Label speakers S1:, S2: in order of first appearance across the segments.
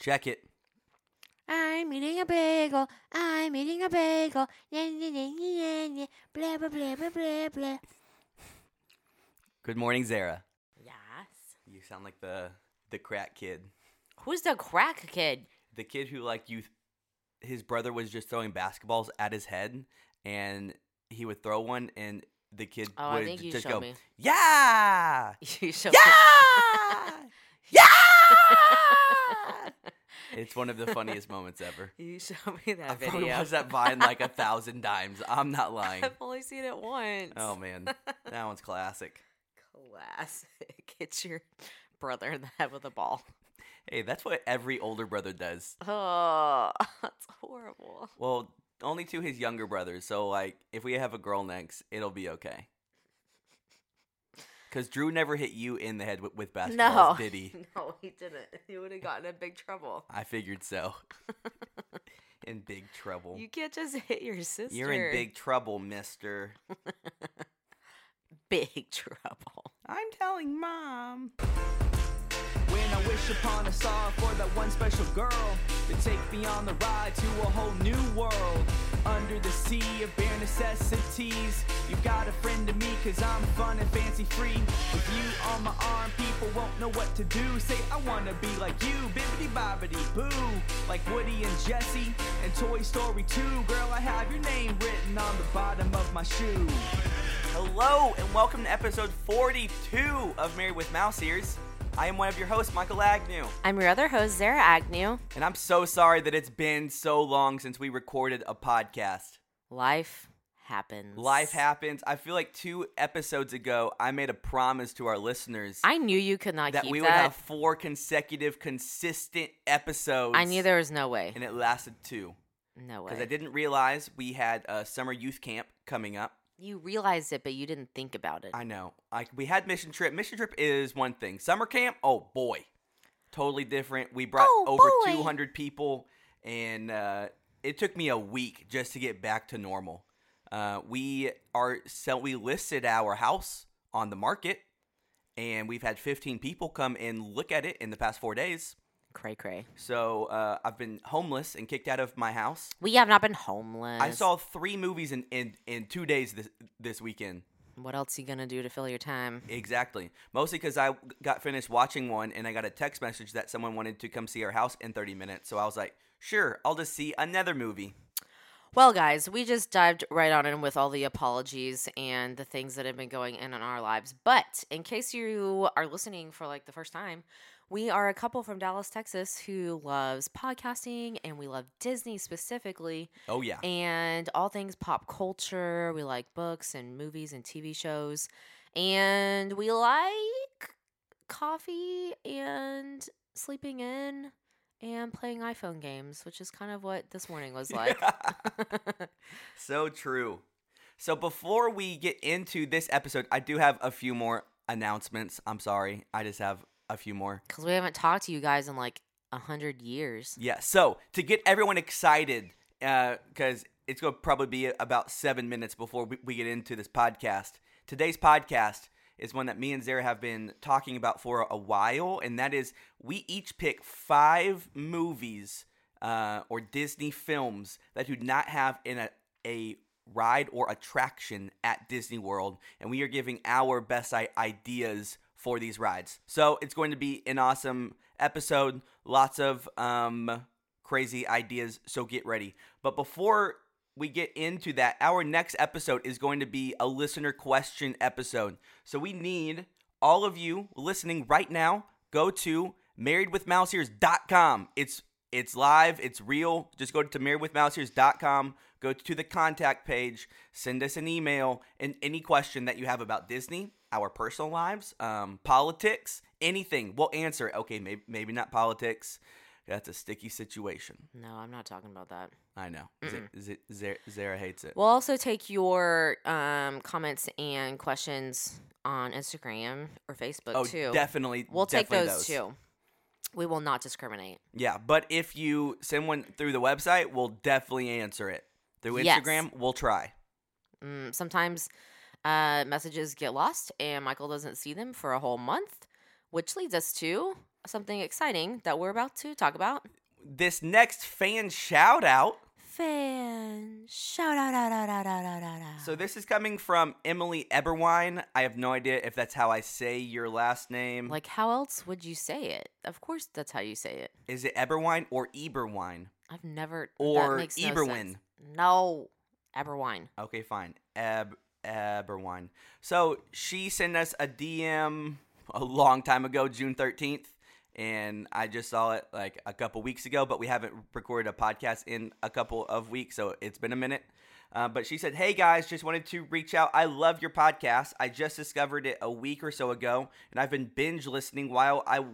S1: Check it.
S2: I'm eating a bagel. I'm eating a bagel. Yeah, yeah, yeah, yeah, yeah. Blah, blah, blah, blah, blah, blah.
S1: Good morning, Zara.
S2: Yes.
S1: You sound like the the crack kid.
S2: Who's the crack kid?
S1: The kid who like you his brother was just throwing basketballs at his head and he would throw one and the kid
S2: Oh, I
S1: would
S2: think you
S1: just
S2: showed
S1: go,
S2: me.
S1: "Yeah!"
S2: You should.
S1: Yeah! yeah! It's one of the funniest moments ever.
S2: You showed me that
S1: I've probably
S2: video.
S1: watched that vine like a thousand times. I'm not lying.
S2: I've only seen it once.
S1: Oh man, that one's classic.
S2: Classic. Hit your brother in the head with a ball.
S1: Hey, that's what every older brother does.
S2: Oh, that's horrible.
S1: Well, only to his younger brothers. So like, if we have a girl next, it'll be okay. Because Drew never hit you in the head with, with basketballs,
S2: No.
S1: did he?
S2: No, he didn't. He would have gotten in big trouble.
S1: I figured so. in big trouble.
S2: You can't just hit your sister.
S1: You're in big trouble, mister.
S2: big trouble.
S1: I'm telling mom.
S3: When I wish upon a star for that one special girl to take me on the ride to a whole new world. Under the sea of bare necessities, you've got a friend to me cause I'm fun and fancy free. With you on my arm, people won't know what to do. Say, I wanna be like you, bibbity bobbity boo. Like Woody and Jesse and Toy Story 2. Girl, I have your name written on the bottom of my shoe.
S1: Hello, and welcome to episode 42 of Married with Mouse Ears. I am one of your hosts, Michael Agnew,
S2: I'm your other host, Zara Agnew.
S1: and I'm so sorry that it's been so long since we recorded a podcast.
S2: Life happens.
S1: Life happens. I feel like two episodes ago, I made a promise to our listeners
S2: I knew you could not
S1: that
S2: keep
S1: we would
S2: that.
S1: have four consecutive, consistent episodes.
S2: I knew there was no way.
S1: And it lasted two.
S2: No way.
S1: Because I didn't realize we had a summer youth camp coming up.
S2: You realized it, but you didn't think about it.
S1: I know. I, we had mission trip. Mission trip is one thing. Summer camp, oh boy, totally different. We brought
S2: Oh,
S1: over
S2: boy.
S1: 200 people, and uh, it took me a week just to get back to normal. Uh, we are so we listed our house on the market, and we've had 15 people come and look at it in the past four days.
S2: cray cray.
S1: So uh, I've been homeless and kicked out of my house.
S2: We have not been homeless.
S1: I saw three movies in, in, in two days this this weekend.
S2: What else you gonna do to fill your time?
S1: Exactly. Mostly because I got finished watching one and I got a text message that someone wanted to come see our house in 30 minutes. So I was like, sure, I'll just see another movie.
S2: Well, guys, we just dived right on in with all the apologies and the things that have been going in in our lives. But in case you are listening for like the first time, we are a couple from Dallas, Texas who loves podcasting and we love Disney specifically
S1: Oh, yeah.
S2: and all things pop culture. We like books and movies and TV shows. And we like coffee and sleeping in and playing iPhone games, which is kind of what this morning was like.
S1: so true. So before we get into this episode, I do have a few more announcements. I'm sorry. I just have a few more.
S2: Because we haven't talked to you guys in like a hundred years.
S1: Yeah. So to get everyone excited, because it's going to probably be about seven minutes before we, we get into this podcast. Today's podcast is one that me and Zara have been talking about for a while, and that is we each pick five movies uh, or Disney films that do not have in a, a ride or attraction at Disney World, and we are giving our best i- ideas for these rides. So it's going to be an awesome episode, lots of um, crazy ideas. So get ready. But before we get into that, our next episode is going to be a listener question episode. So we need all of you listening right now. Go to marriedwithmouseears.com. It's it's live, it's real. Just go to marriedwithmouseears.com, go to the contact page, send us an email, and any question that you have about Disney, our personal lives, um, politics, anything, we'll answer. it. Okay, maybe maybe not politics. That's a sticky situation.
S2: No, I'm not talking about that.
S1: I know. Z- Z- Zara, Zara hates it.
S2: We'll also take your um, comments and questions on Instagram or Facebook
S1: oh,
S2: too.
S1: definitely.
S2: we'll take
S1: definitely
S2: those, too. We will not discriminate.
S1: Yeah, but if you send one through the website, we'll definitely answer it. Through
S2: Yes.
S1: Instagram, we'll try.
S2: Mm, sometimes uh, messages get lost and Michael doesn't see them for a whole month, which leads us to something exciting that we're about to talk about.
S1: This next fan shout out.
S2: Fan shout out out out out out out out. out.
S1: So this is coming from Emily Eberwine. I have no idea if that's how I say your last name.
S2: like how else would you say it? Of course that's how you say it.
S1: is it Eberwine or Eberwine?
S2: I've never
S1: Or
S2: that makes no
S1: Eberwin.
S2: sense. No, Eberwine.
S1: Okay, fine. Ab Aberwine. So she sent us a DM a long time ago, June thirteenth, and I just saw it like a couple weeks ago, but we haven't recorded a podcast in a couple of weeks, so it's been a minute. Uh, but she said, "Hey guys, just wanted to reach out. I love your podcast. I just discovered it a week or so ago, and I've been binge listening while I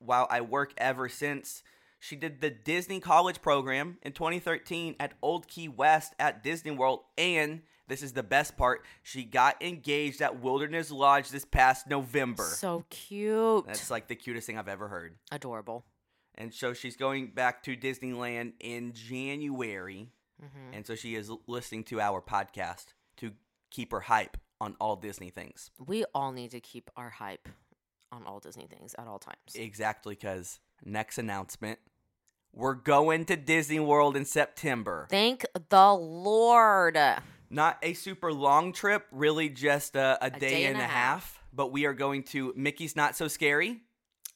S1: while I work ever since." She did the Disney College program in 2013 at Old Key West at Disney World. And this is the best part she got engaged at Wilderness Lodge this past November.
S2: So cute,
S1: That's like the cutest thing I've ever heard.
S2: adorable.
S1: And so she's going back to Disneyland in January.
S2: hmm
S1: And so she is l- listening to our podcast to keep her hype on all Disney things.
S2: We all need to keep our hype on all Disney things at all times.
S1: Exactly, because next announcement we're going to Disney World in September.
S2: Thank the Lord.
S1: Not a super long trip, really just a, a, day,
S2: day
S1: and, a half. But we are going to Mickey's Not So Scary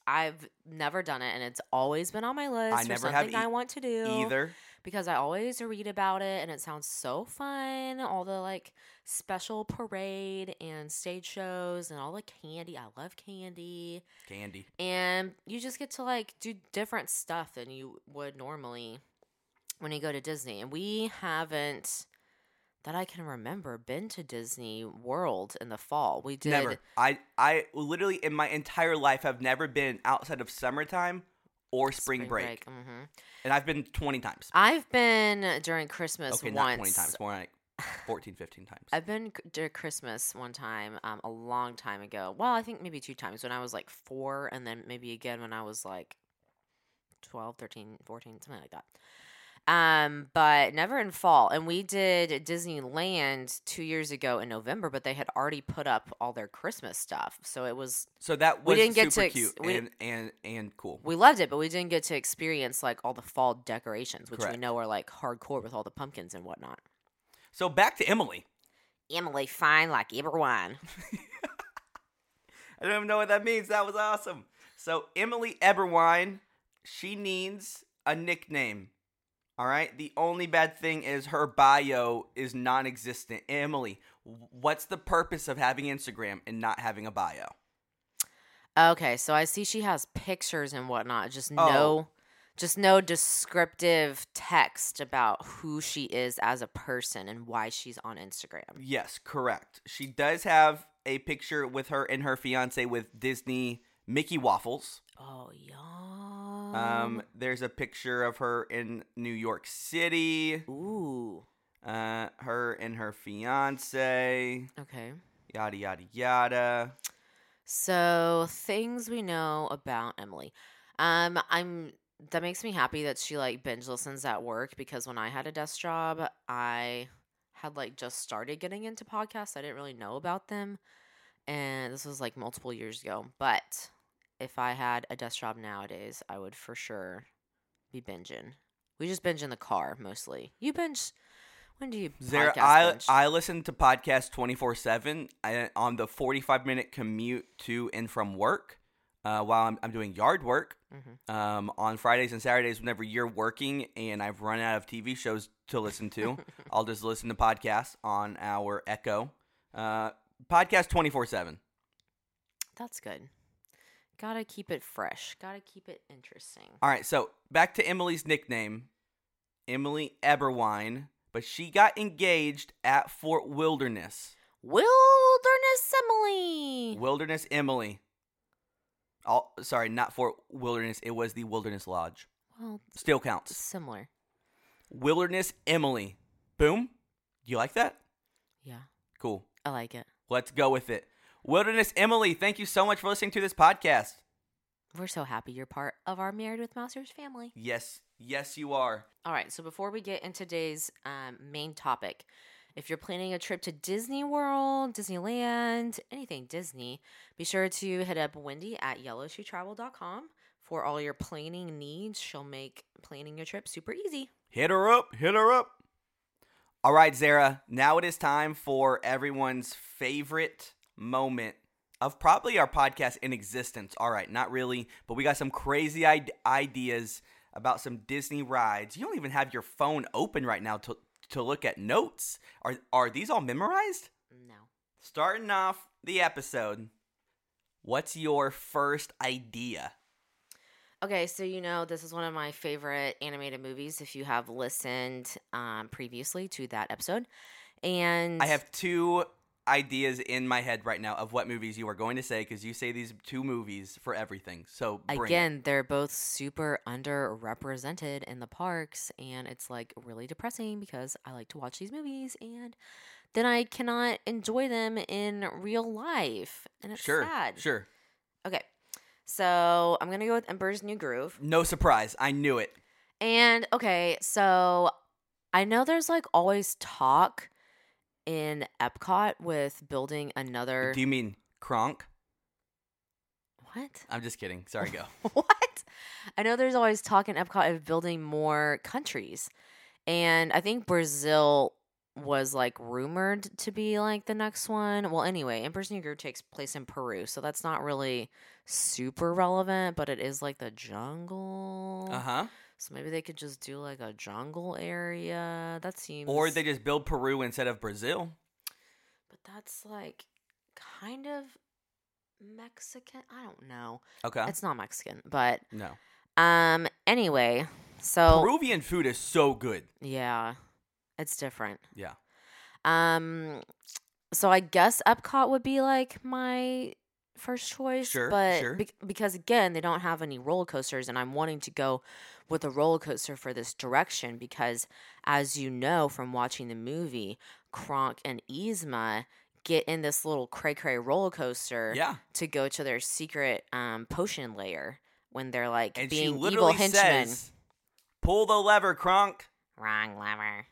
S2: I've never done it, and it's always been on my list. for
S1: never
S2: something
S1: have
S2: I
S1: ei-
S2: want to do
S1: either.
S2: because I always read about it, and it sounds so fun. All the like special parade and stage shows, and all the candy. I love candy,
S1: Candy.
S2: and you just get to like do different stuff than you would normally when you go to Disney. And we haven't. That I can remember, been to Disney World in the fall. We did
S1: Never. I, I literally in my entire life have never been outside of summertime or spring, break.
S2: hmm
S1: And I've been 20 times.
S2: I've been during Christmas
S1: okay,
S2: once.
S1: not 20 times, more like 14, 15 times.
S2: I've been c- during Christmas one time, um, a long time ago. Well, I think maybe two times when I was like four, and then maybe again when I was like 12, 13, 14, something like that. Um, but never in fall. And we did Disneyland two years ago in November, but they had already put up all their Christmas stuff. So it was
S1: so that
S2: we
S1: was
S2: didn't get
S1: super
S2: to ex-
S1: cute
S2: we-
S1: and, and, and cool.
S2: we loved it, but we didn't get to experience like all the fall decorations, which we
S1: Correct.
S2: know are like hardcore with all the pumpkins and whatnot.
S1: so back to Emily.
S2: Emily fine like Eberwine.
S1: I don't even know what that means. That was awesome. So Emily Eberwine, she needs a nickname. All right. The only bad thing is her bio is non-existent. Emily, what's the purpose of having Instagram and not having a bio?
S2: Okay, so I see she has pictures and whatnot. Just
S1: Oh.
S2: no, just no descriptive text about who she is as a person and why she's on Instagram.
S1: Yes, correct. She does have a picture with her and her fiance with Disney Mickey waffles.
S2: Oh, yum.
S1: Um, there's a picture of her in New York City.
S2: Ooh.
S1: Uh, her and her fiance.
S2: Okay.
S1: Yada yada yada.
S2: So things we know about Emily. Um, I'm that makes me happy that she like binge listens at work because when I had a desk job, I had like just started getting into podcasts. I didn't really know about them. And this was like multiple years ago. But if I had a desk job nowadays, I would for sure be binging. We just binge in the car mostly. You binge when do you
S1: There,
S2: podcast
S1: I
S2: binge?
S1: I listen to podcasts twenty four seven uh, on the forty five minute commute to and from work, uh, while I'm, I'm doing yard work.
S2: Mhm.
S1: Um, on Fridays and Saturdays, whenever you're working and I've run out of TV shows to listen to, I'll just listen to podcasts on our Echo. Uh, podcast twenty four seven.
S2: That's good. Gotta keep it fresh. Gotta keep it interesting.
S1: All right, so back to Emily's nickname, Emily Eberwine, but she got engaged at Fort Wilderness.
S2: Wilderness Emily.
S1: Wilderness Emily. Oh, sorry, not Fort Wilderness. It was the Wilderness Lodge.
S2: Well,
S1: Still counts.
S2: similar.
S1: Wilderness Emily. Boom. You like that?
S2: Yeah,
S1: Cool.
S2: I like it.
S1: Let's go with it. Wilderness Emily, thank you so much for listening to this podcast.
S2: We're so happy you're part of our Married with Mousers family.
S1: Yes, yes, you are.
S2: All right, so before we get into today's um, main topic, if you're planning a trip to Disney World, Disneyland, anything Disney, be sure to hit up Wendy at yellowshoetravel.com For all your planning needs, she'll make planning your trip super easy.
S1: Hit her up. Hit her up. All right, Zara. Now it is time for everyone's favorite moment of probably our podcast in existence. All right, not really, but we got some crazy I- ideas about some Disney rides. You don't even have your phone open right now to to look at notes. Are are these all memorized?
S2: No.
S1: Starting off the episode. What's your first idea?
S2: Okay, so you know this is one of my favorite animated movies. If you have listened um, previously to that episode, and
S1: I have two ideas in my head right now of what movies you are going to say because you say these two movies for everything. So bring it.
S2: again, they're both super underrepresented in the parks, and it's like really depressing because I like to watch these movies, and then I cannot enjoy them in real life, and it's
S1: sure,
S2: sad.
S1: sure.
S2: Okay, so I'm gonna go with Emperor's New Groove.
S1: No surprise, I knew it.
S2: And okay, so I know there's like always talk in Epcot with building another
S1: Do you mean Kronk?
S2: what?
S1: I'm just kidding. Sorry, go.
S2: What? I know there's always talk in Epcot of building more countries. And I think Brazil was like rumored to be like the next one. Well, anyway, Emperor's New Groove takes place in Peru, so that's not really super relevant, but it is like the jungle.
S1: Uh huh.
S2: So maybe they could just do like a jungle area. That seems
S1: Or they just build Peru instead of Brazil.
S2: But that's like kind of Mexican. I don't know.
S1: Okay.
S2: It's not Mexican, but
S1: no.
S2: um anyway, so
S1: Peruvian food is so good.
S2: yeah. It's different.
S1: Yeah.
S2: Um so I guess Epcot would be like my first choice,
S1: Sure,
S2: but
S1: sure.
S2: bec- because again, they don't have any roller coasters and I'm wanting to go with a roller coaster for this direction because as you know from watching the movie, Kronk and Yzma get in this little cray cray roller coaster
S1: Yeah.
S2: to go to their secret um, potion layer when they're like
S1: And she
S2: being evil
S1: literally
S2: henchmen.
S1: says, "Pull the lever, Kronk."
S2: Wrong lever.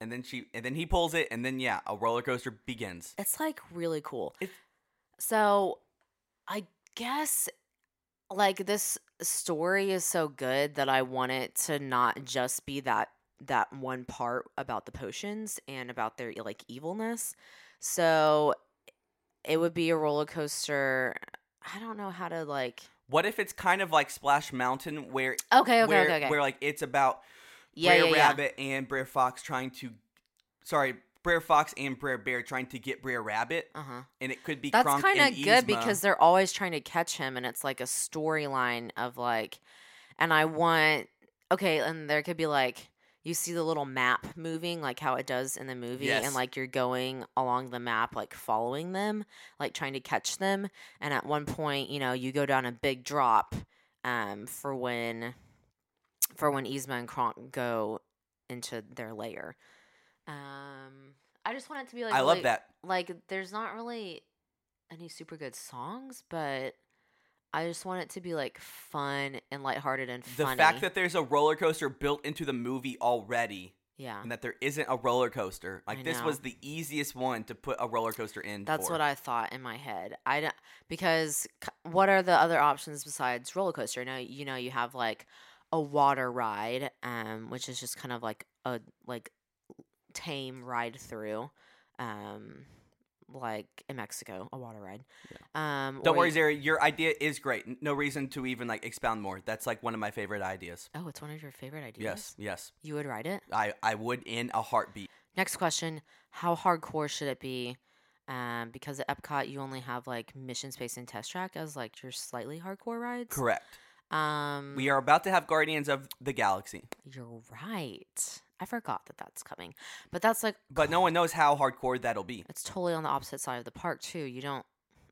S1: And then she, and then he pulls it, and then yeah, a roller coaster begins.
S2: It's like really cool.
S1: It's-
S2: so I guess like this story is so good that I want it to not just be that that one part about the potions and about their like evilness. So it would be a roller coaster. I don't know how to like
S1: What if it's kind of like Splash Mountain, where
S2: Okay, okay,
S1: where,
S2: okay, okay.
S1: where like it's about
S2: yeah,
S1: Brer
S2: yeah, yeah.
S1: Rabbit and Brer Fox trying to, sorry, Brer Fox and Brer Bear trying to get Brer Rabbit,
S2: Uh-huh.
S1: and it could be
S2: That's
S1: Kronk
S2: kind
S1: and
S2: of good
S1: Yzma.
S2: because they're always trying to catch him, and it's like a storyline of like, and I want okay, and there could be like you see the little map moving, like how it does in the movie,
S1: Yes.
S2: and like you're going along the map, like following them, like trying to catch them, and at one point, you know, you go down a big drop, um, for when, for when Yzma and Kronk go into their lair, um. I just want it to be like
S1: I love
S2: really-
S1: that.
S2: like there's not really any super good songs, but I just want it to be like fun and lighthearted and
S1: The
S2: funny.
S1: fact that there's a roller coaster built into the movie already,
S2: yeah,
S1: and that there isn't a roller coaster, like
S2: I
S1: this
S2: know.
S1: was the easiest one to put a roller coaster in.
S2: that's
S1: for.
S2: what I thought in my head. I don't because c- what are the other options besides roller coaster? Now you know you have like a water ride, um, which is just kind of like a like tame ride through, um, like in Mexico, a water ride. Um,
S1: Don't
S2: or
S1: worry,
S2: you-
S1: Zara. Your idea is great. N- No reason to even like expound more. That's like one of my favorite ideas.
S2: Oh, it's one of your favorite ideas.
S1: Yes, yes.
S2: you would ride it.
S1: I I would in a heartbeat.
S2: Next question: How hardcore should it be? Um, because at Epcot, you only have like Mission Space and Test Track as like your slightly hardcore rides.
S1: Correct.
S2: Um,
S1: We are about to have Guardians of the Galaxy,
S2: You're right. I forgot that that's coming, but that's like
S1: but no one knows how hardcore that'll be.
S2: it's totally on the opposite side of the park too. You don't.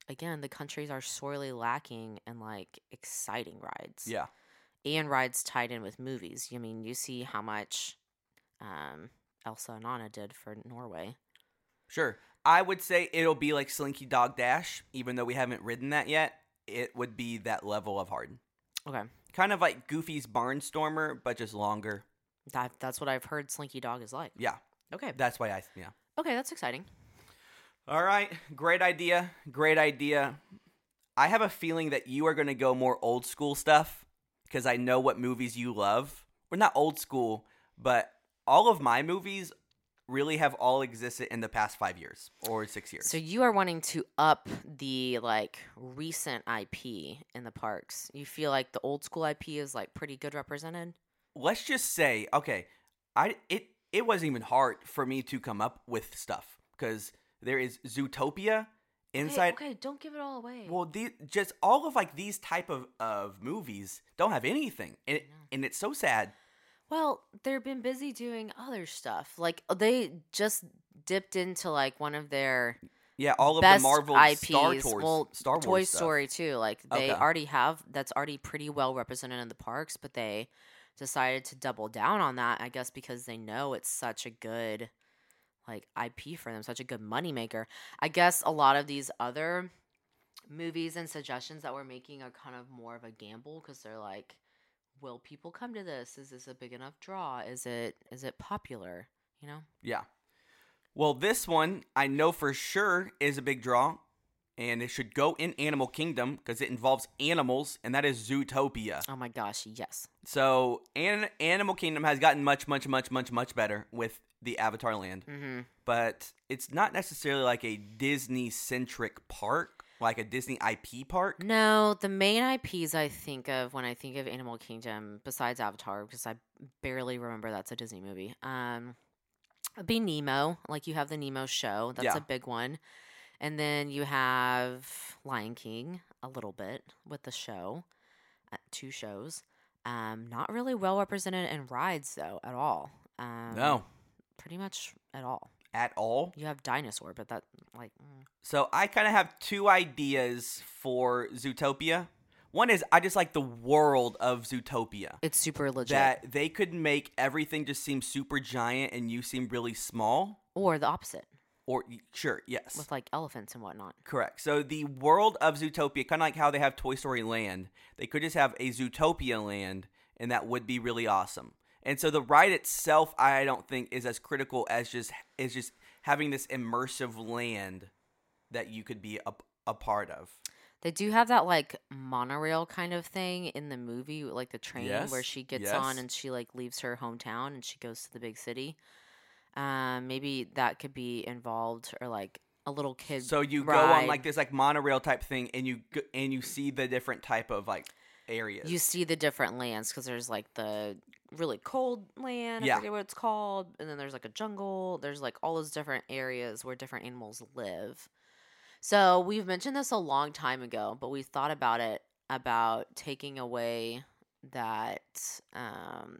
S2: Again, the countries are sorely lacking in like exciting rides.
S1: Yeah.
S2: and rides tied in with movies. I mean, you see how much um, Elsa and Anna did for Norway.
S1: Sure. I would say it'll be like Slinky Dog Dash, even though we haven't ridden that yet. It would be that level of hard.
S2: Okay,
S1: Kind of like Goofy's Barnstormer, but just longer.
S2: that that's what I've heard. Slinky Dog is like.
S1: Yeah.
S2: Okay,
S1: That's why I, yeah.
S2: Okay, that's exciting.
S1: All right. Great idea. Great idea. I have a feeling that you are going to go more old school stuff because I know what movies you love. We're not old school, but all of my movies really have all existed in the past five years or six years.
S2: So you are wanting to up the like recent IP in the parks. You feel like the old school IP is like pretty good represented.
S1: Let's just say, okay, I it it wasn't even hard for me to come up with stuff because there is Zootopia inside.
S2: okay, don't give it all away.
S1: Well, the, just all of like these type of, of movies don't have anything, and it, and it's so sad.
S2: Well, they've been busy doing other stuff. Like they just dipped into like one of their
S1: Yeah, all of
S2: best
S1: the Marvel
S2: IPs.
S1: Star Tours,
S2: well,
S1: Star Wars
S2: Toy
S1: stuff.
S2: Story too. Like
S1: Okay.
S2: they already have that's already pretty well represented in the parks, but they decided to double down on that. I guess because they know it's such a good like IP for them, such a good moneymaker. I guess a lot of these other movies and suggestions that we're making are kind of more of a gamble because they're like, will people come to this? Is this a big enough draw? Is it is it popular? You know.
S1: Yeah. Well, this one I know for sure is a big draw, and it should go in Animal Kingdom because it involves animals, and that is Zootopia.
S2: Oh my gosh, yes.
S1: So, an- Animal Kingdom has gotten much, much, much, much, much better with the Avatar Land,
S2: Mm-hmm.
S1: but it's not necessarily like a Disney centric park, like a Disney IP park.
S2: Mm. No, the main IPs I think of when I think of Animal Kingdom, besides Avatar, because I barely remember that's a Disney movie, um, would be Nemo. Like you have the Nemo show, that's
S1: Yeah.
S2: a big one. And then you have Lion King a little bit with the show, uh, two shows. Um, not really well represented in rides though at all. Um,
S1: No,
S2: pretty much at all.
S1: at all.
S2: You have dinosaur, but that like mm.
S1: So I kind of have two ideas for Zootopia. One is I just like the world of Zootopia.
S2: it's super legit.
S1: That they could make everything just seem super giant and you seem really small.
S2: or the opposite
S1: Or sure, yes.
S2: with like elephants and whatnot.
S1: Correct. So the world of Zootopia, kind of like how they have Toy Story Land, they could just have a Zootopia Land, and that would be really awesome. And so the ride itself, I don't think, is as critical as just is just having this immersive land that you could be a, a part of.
S2: They do have that like monorail kind of thing in the movie, like the train where
S1: Yes,
S2: she gets on
S1: yes.
S2: and she like leaves her hometown and she goes to the big city. Um, maybe that could be involved or like a little kid.
S1: So you go on
S2: ride.
S1: like this like monorail type thing, and you go, and you see the different type of like areas.
S2: you see the different lands because there's like the really cold land,
S1: Yeah.
S2: I forget what it's called, and then there's like a jungle. There's like all those different areas where different animals live. So we've mentioned this a long time ago, but we thought about it about taking away that um,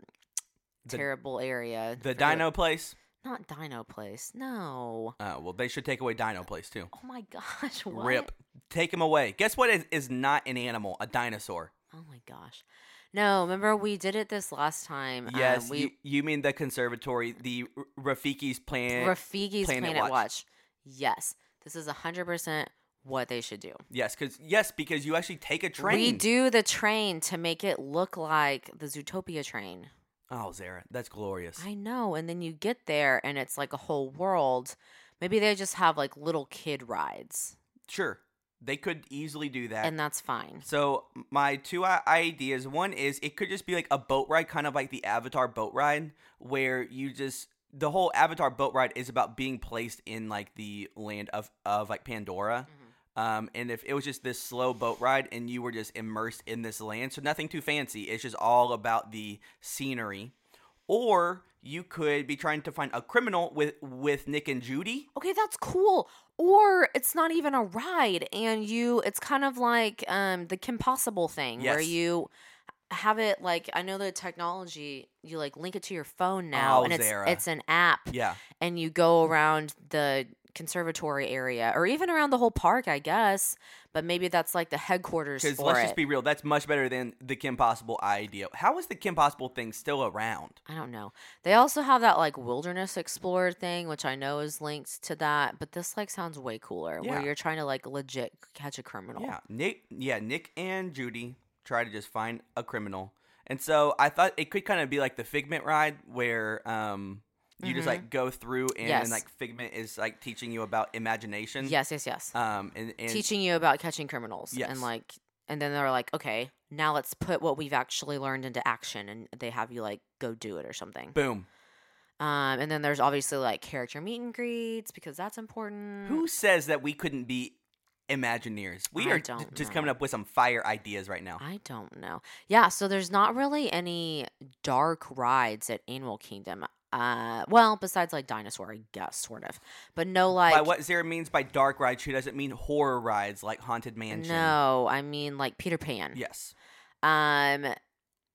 S1: The-
S2: terrible area.
S1: the
S2: forget what-
S1: Dino Place.
S2: not Dino Place. No.
S1: Uh, well, they should take away Dino Place too.
S2: Oh my gosh. What?
S1: Rip. Take him away. Guess what is, is not an animal? A dinosaur.
S2: Oh my gosh. No, remember we did it this last time. um,
S1: Yes,
S2: we
S1: you, you mean the conservatory, the R- Rafiki's plan.
S2: Rafiki's
S1: Planet
S2: Planet,
S1: Watch.
S2: Watch. Yes, this is hundred percent what they should do.
S1: yes, because yes, because you actually take a train.
S2: Redo the train to make it look like the Zootopia train.
S1: Oh, Zara, that's glorious.
S2: I know, and then you get there and it's like a whole world. Maybe they just have like little kid rides,
S1: sure, they could easily do that.
S2: and that's fine.
S1: so my two i- ideas. One is it could just be like a boat ride, kind of like the Avatar boat ride, where you just the whole Avatar boat ride is about being placed in like the land of of like Pandora. Um, and if it was just this slow boat ride and you were just immersed in this land, so nothing too fancy. It's just all about the scenery. Or you could be trying to find a criminal with with Nick and Judy.
S2: Okay, that's cool. Or it's not even a ride, and you it's kind of like um the Kim Possible thing where
S1: Yes.
S2: you have it like I know the technology you like link it to your phone now,
S1: Oh,
S2: and it's
S1: Zara.
S2: it's an app,
S1: Yeah,
S2: and you go around the conservatory area or even around the whole park, I guess. But maybe that's like the headquarters
S1: because
S2: for
S1: let's
S2: it.
S1: just be real, that's much better than the Kim Possible idea. How is the Kim Possible thing still around?
S2: I don't know. They also have that like wilderness explorer thing, which I know is linked to that, but this like sounds way cooler
S1: Yeah.
S2: where you're trying to like legit catch a criminal.
S1: Yeah, Nick. Yeah, Nick and Judy try to just find a criminal, and so I thought it could kind of be like the Figment ride, where um you just
S2: Mhm.
S1: like go through and,
S2: Yes.
S1: like Figment is like teaching you about imagination.
S2: Yes, yes, yes.
S1: Um, and, and
S2: Teaching you about catching criminals
S1: Yes.
S2: and like, and then they're like, okay, now let's put what we've actually learned into action and they have you like go do it or something.
S1: Boom.
S2: Um, and then there's obviously like character meet and greets because that's important.
S1: Who says that we couldn't be Imagineers? We
S2: Mm-hmm. I
S1: are
S2: don't
S1: j- just
S2: know.
S1: coming up with some fire ideas right now.
S2: I don't know. Yeah, so there's not really any dark rides at Animal Kingdom. Uh, well, besides like dinosaur, I guess, sort of, but no like
S1: by what Zara means by dark ride, she doesn't mean horror rides like Haunted Mansion.
S2: no, I mean like Peter Pan.
S1: Yes.
S2: Um,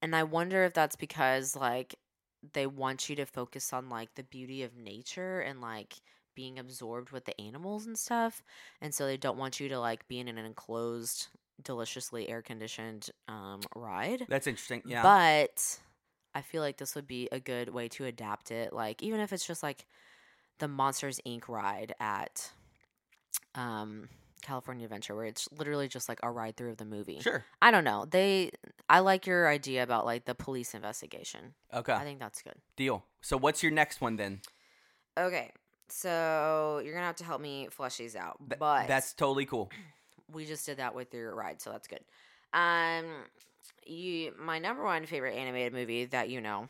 S2: and I wonder if that's because like they want you to focus on like the beauty of nature and like being absorbed with the animals and stuff, and so they don't want you to like be in an enclosed, deliciously air conditioned um ride.
S1: That's interesting. Yeah.
S2: But I feel like this would be a good way to adapt it. Like even if it's just like the Monsters Inc. ride at um California Adventure, where it's literally just like a ride through of the movie.
S1: sure.
S2: I don't know. They I like your idea about like the police investigation.
S1: Okay.
S2: I think that's good.
S1: Deal. So what's your next one then?
S2: Okay. So you're gonna have to help me flesh these out.
S1: Th-
S2: but
S1: that's totally cool.
S2: we just did that with your ride, so that's good. Um you my number one favorite animated movie that you know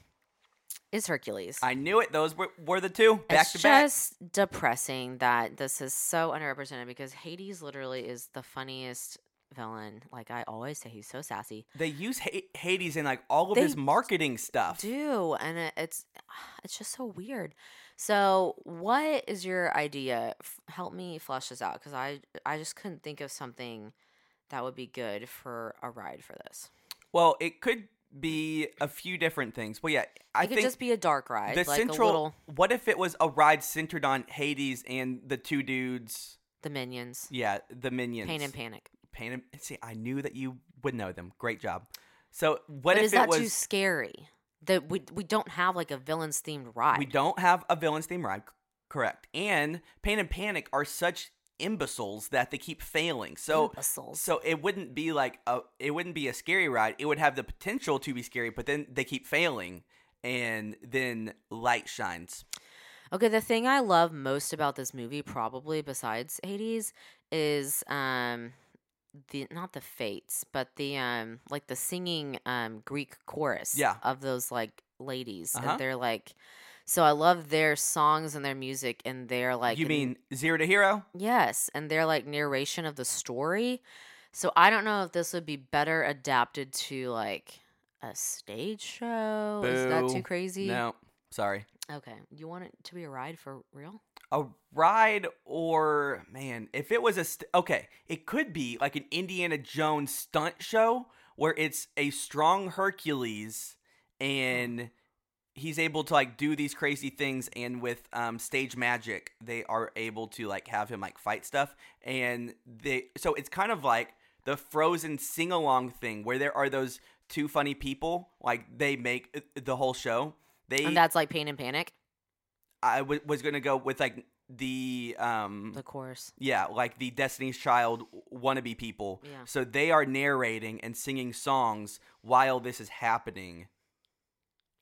S2: is Hercules.
S1: I knew it. Those were, were the two back
S2: it's
S1: to back.
S2: just depressing that this is so underrepresented because Hades literally is the funniest villain. Like I always say, he's so sassy.
S1: They use ha- Hades in like all of
S2: They
S1: his marketing stuff.
S2: do and it, it's it's just so weird so what is your idea F- help me flesh this out because i i just couldn't think of something that would be good for a ride for this
S1: Well, it could be a few different things. Well, yeah, I
S2: it could
S1: think
S2: just be a dark ride
S1: the
S2: like
S1: central.
S2: a little
S1: What if it was a ride centered on Hades and the two dudes?
S2: the minions
S1: Yeah, the minions.
S2: pain and panic
S1: Pain and see, I knew that you would know them. Great job. So what
S2: but
S1: if
S2: is
S1: it
S2: that
S1: was?
S2: too scary that we, we don't have like a villains themed ride
S1: We don't have a villains theme ride, c- correct? And Pain and Panic are such imbeciles that they keep failing. So
S2: Imbeciles.
S1: so it wouldn't be like a it wouldn't be a scary ride. It would have the potential to be scary, but then they keep failing and then light shines.
S2: Okay, the thing I love most about this movie, probably besides Hades, is um the not the fates, but the um like the singing um Greek chorus
S1: Yeah.
S2: of those like ladies.
S1: Uh-huh.
S2: And they're like so I love their songs and their music and their like
S1: you
S2: n-
S1: mean zero to hero?
S2: Yes, and their like narration of the story. So I don't know if this would be better adapted to like a stage show. Is that
S1: Boo.
S2: too crazy?
S1: No, sorry.
S2: Okay. You want it to be a ride for real?
S1: A ride or man, if it was a st- okay, it could be like an Indiana Jones stunt show where it's a strong Hercules and he's able to like do these crazy things and with um stage magic they are able to like have him like fight stuff and they so it's kind of like the frozen sing along thing where there are those two funny people like they make uh, the whole show they
S2: And that's like pain and panic.
S1: I w- was gonna go with like the um
S2: The chorus.
S1: yeah like the Destiny's Child wannabe people.
S2: Yeah.
S1: So they are narrating and singing songs while this is happening.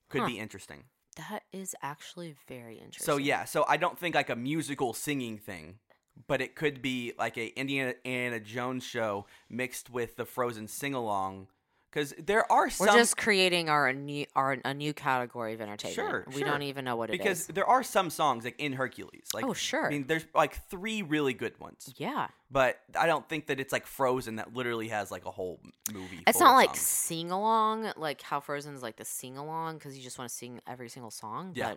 S1: Could
S2: Huh.
S1: be interesting.
S2: That is actually very interesting.
S1: So yeah, so I don't think like a musical singing thing, but it could be like a Indiana Anna Jones show mixed with the Frozen sing along, because there are
S2: we're
S1: some
S2: just creating our new our a new category of entertainment.
S1: Sure,
S2: we don't
S1: sure.
S2: even know what it is.
S1: because there are some songs like in Hercules. Like
S2: Oh, sure.
S1: I mean there's like three really good ones.
S2: yeah,
S1: but I don't think that it's like Frozen that literally has like a whole m- movie.
S2: it's
S1: full
S2: not
S1: of
S2: like
S1: songs.
S2: sing along, like how Frozen's like the sing along because you just want to sing every single song.
S1: Yeah.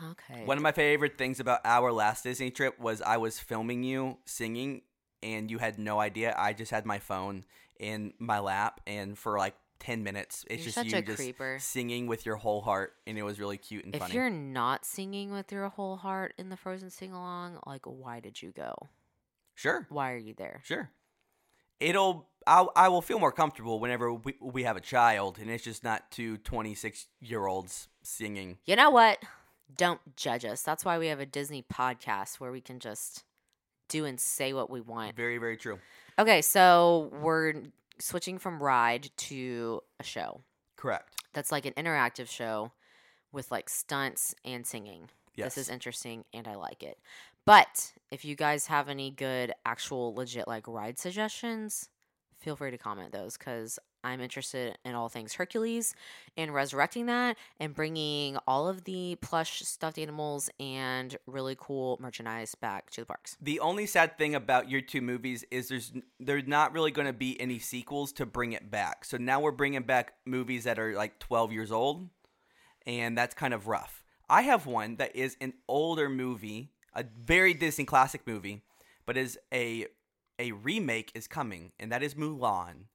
S2: But okay,
S1: one of my favorite things about our last Disney trip was I was filming you singing and you had no idea. I just had my phone in my lap and for like ten minutes, it's
S2: You're
S1: just
S2: such
S1: you
S2: a
S1: just
S2: creeper.
S1: singing with your whole heart, and it was really cute and
S2: if
S1: funny.
S2: you're not singing with your whole heart in the Frozen sing along, like why did you go?
S1: Sure,
S2: Why are you there?
S1: sure. It'll. I I will feel more comfortable whenever we we have a child, and it's just not two 26 year olds singing.
S2: You know what? Don't judge us. That's why we have a Disney podcast where we can just do and say what we want.
S1: Very very true.
S2: Okay, so we're switching from ride to a show
S1: Correct.
S2: that's like an interactive show with like stunts and singing.
S1: Yes.
S2: This is interesting and I like it. But if you guys have any good, actual, legit, like ride suggestions, feel free to comment those because I'm interested in all things Hercules and resurrecting that and bringing all of the plush stuffed animals and really cool merchandise back to the parks.
S1: The only sad thing about your two movies is there's there's not really going to be any sequels to bring it back. So now we're bringing back movies that are like 12 years old, and that's kind of rough. I have one that is an older movie, a very Disney classic movie, but is a a remake is coming, and that is Mulan.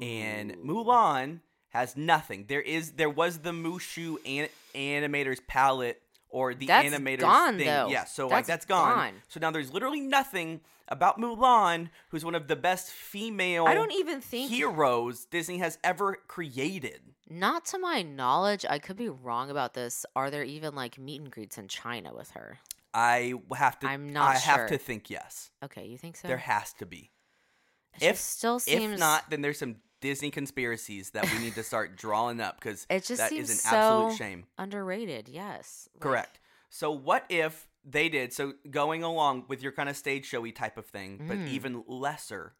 S1: And Mulan has nothing. There is there was the Mushu an- animators palette or the
S2: That's
S1: animators
S2: gone,
S1: thing.
S2: though.
S1: Yeah, so like
S2: That's
S1: that's gone.
S2: gone.
S1: So now there's literally nothing about Mulan, who's one of the best female
S2: I don't even think,
S1: heroes Disney has ever created.
S2: not to my knowledge, I could be wrong about this. Are there even like meet and greets in China with her?
S1: I have to
S2: I'm not
S1: I
S2: sure.
S1: have to think yes.
S2: Okay, you think so?
S1: There has to be.
S2: It just still seems
S1: If not, then there's some Disney conspiracies that we need to start drawing up because
S2: It just
S1: that
S2: seems
S1: is an
S2: so
S1: absolute shame.
S2: underrated. Yes, Like,
S1: Correct. So what if they did? So going along with your kind of stage showy type of thing, but even lesser.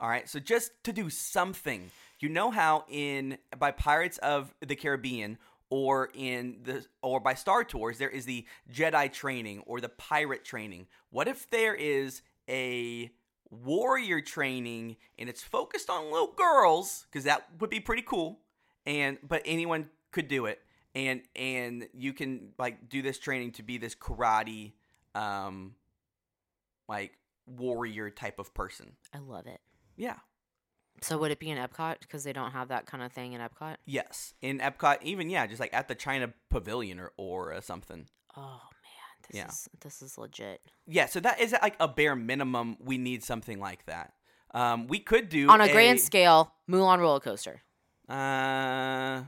S1: All right. So just to do something, you know how in by Pirates of the Caribbean or in the or by Star Tours there is the Jedi training or the pirate training. What if there is a warrior training and it's focused on little girls because that would be pretty cool and but anyone could do it and and you can like do this training to be this karate um like warrior type of person
S2: I love it.
S1: yeah
S2: So would it be in Epcot because they don't have that kind of thing in Epcot?
S1: yes in epcot even yeah just like at the china pavilion or or uh, something
S2: Oh man, this
S1: Yeah.
S2: is this is legit.
S1: yeah so that is at like a bare minimum we need something like that um we could do
S2: On a grand scale, Mulan roller coaster.
S1: uh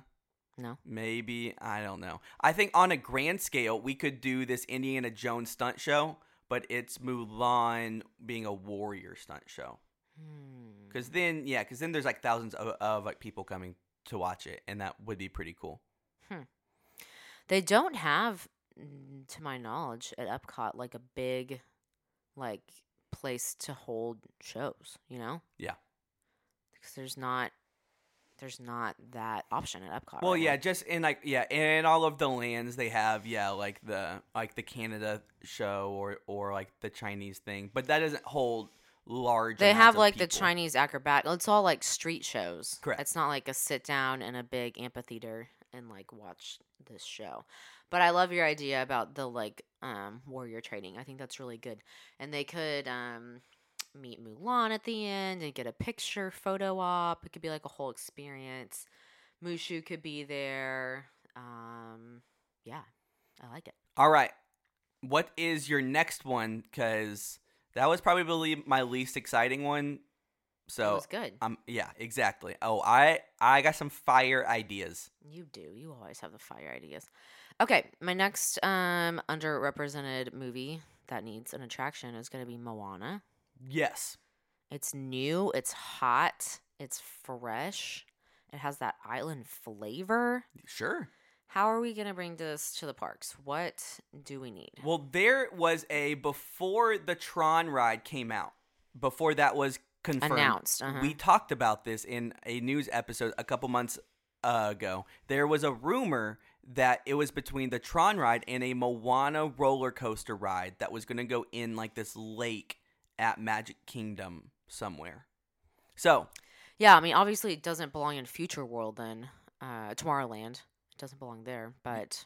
S2: No.
S1: Maybe I don't know. I think on a grand scale, we could do this Indiana Jones stunt show, but it's Mulan being a warrior stunt show.
S2: Hmm.
S1: Because then, yeah, because then there's like thousands of, of like people coming to watch it, and that would be pretty cool.
S2: They don't have, mm, to my knowledge, at Epcot like a big, like place to hold shows. You know,
S1: Yeah.
S2: because there's not, there's not that option at Epcot.
S1: Well,
S2: right now.
S1: yeah, just in like yeah, in all of the lands they have, yeah, like the like the Canada show or or like the Chinese thing, but that doesn't hold large.
S2: They
S1: amounts
S2: have
S1: of
S2: like the
S1: people.
S2: Chinese acrobat. It's all like street shows.
S1: Correct.
S2: It's not like a sit down in a big amphitheater and like watch this show. But I love your idea about the like um, warrior training. I think that's really good. And they could um, meet Mulan at the end and get a picture photo op. It could be like a whole experience. Mushu could be there. Um, yeah, I like it.
S1: All right. What is your next one? Because that was probably my least exciting one.
S2: It
S1: So
S2: was good.
S1: um, yeah, exactly. Oh, I I got some fire ideas.
S2: You do. You always have the fire ideas. Okay, my next um underrepresented movie that needs an attraction is going to be Moana.
S1: Yes.
S2: It's new, it's hot, it's fresh. It has that island flavor.
S1: Sure.
S2: How are we going to bring this to the parks? What do we need?
S1: Well, there was a before the Tron ride came out. Before that was confirmed,
S2: Announced, uh-huh.
S1: We talked about this in a news episode a couple months uh, ago. There was a rumor that it was between the Tron ride and a Moana roller coaster ride that was going to go in like this lake at Magic Kingdom somewhere. So
S2: Yeah, I mean, obviously it doesn't belong in Future World then, uh, Tomorrowland. It doesn't belong there, but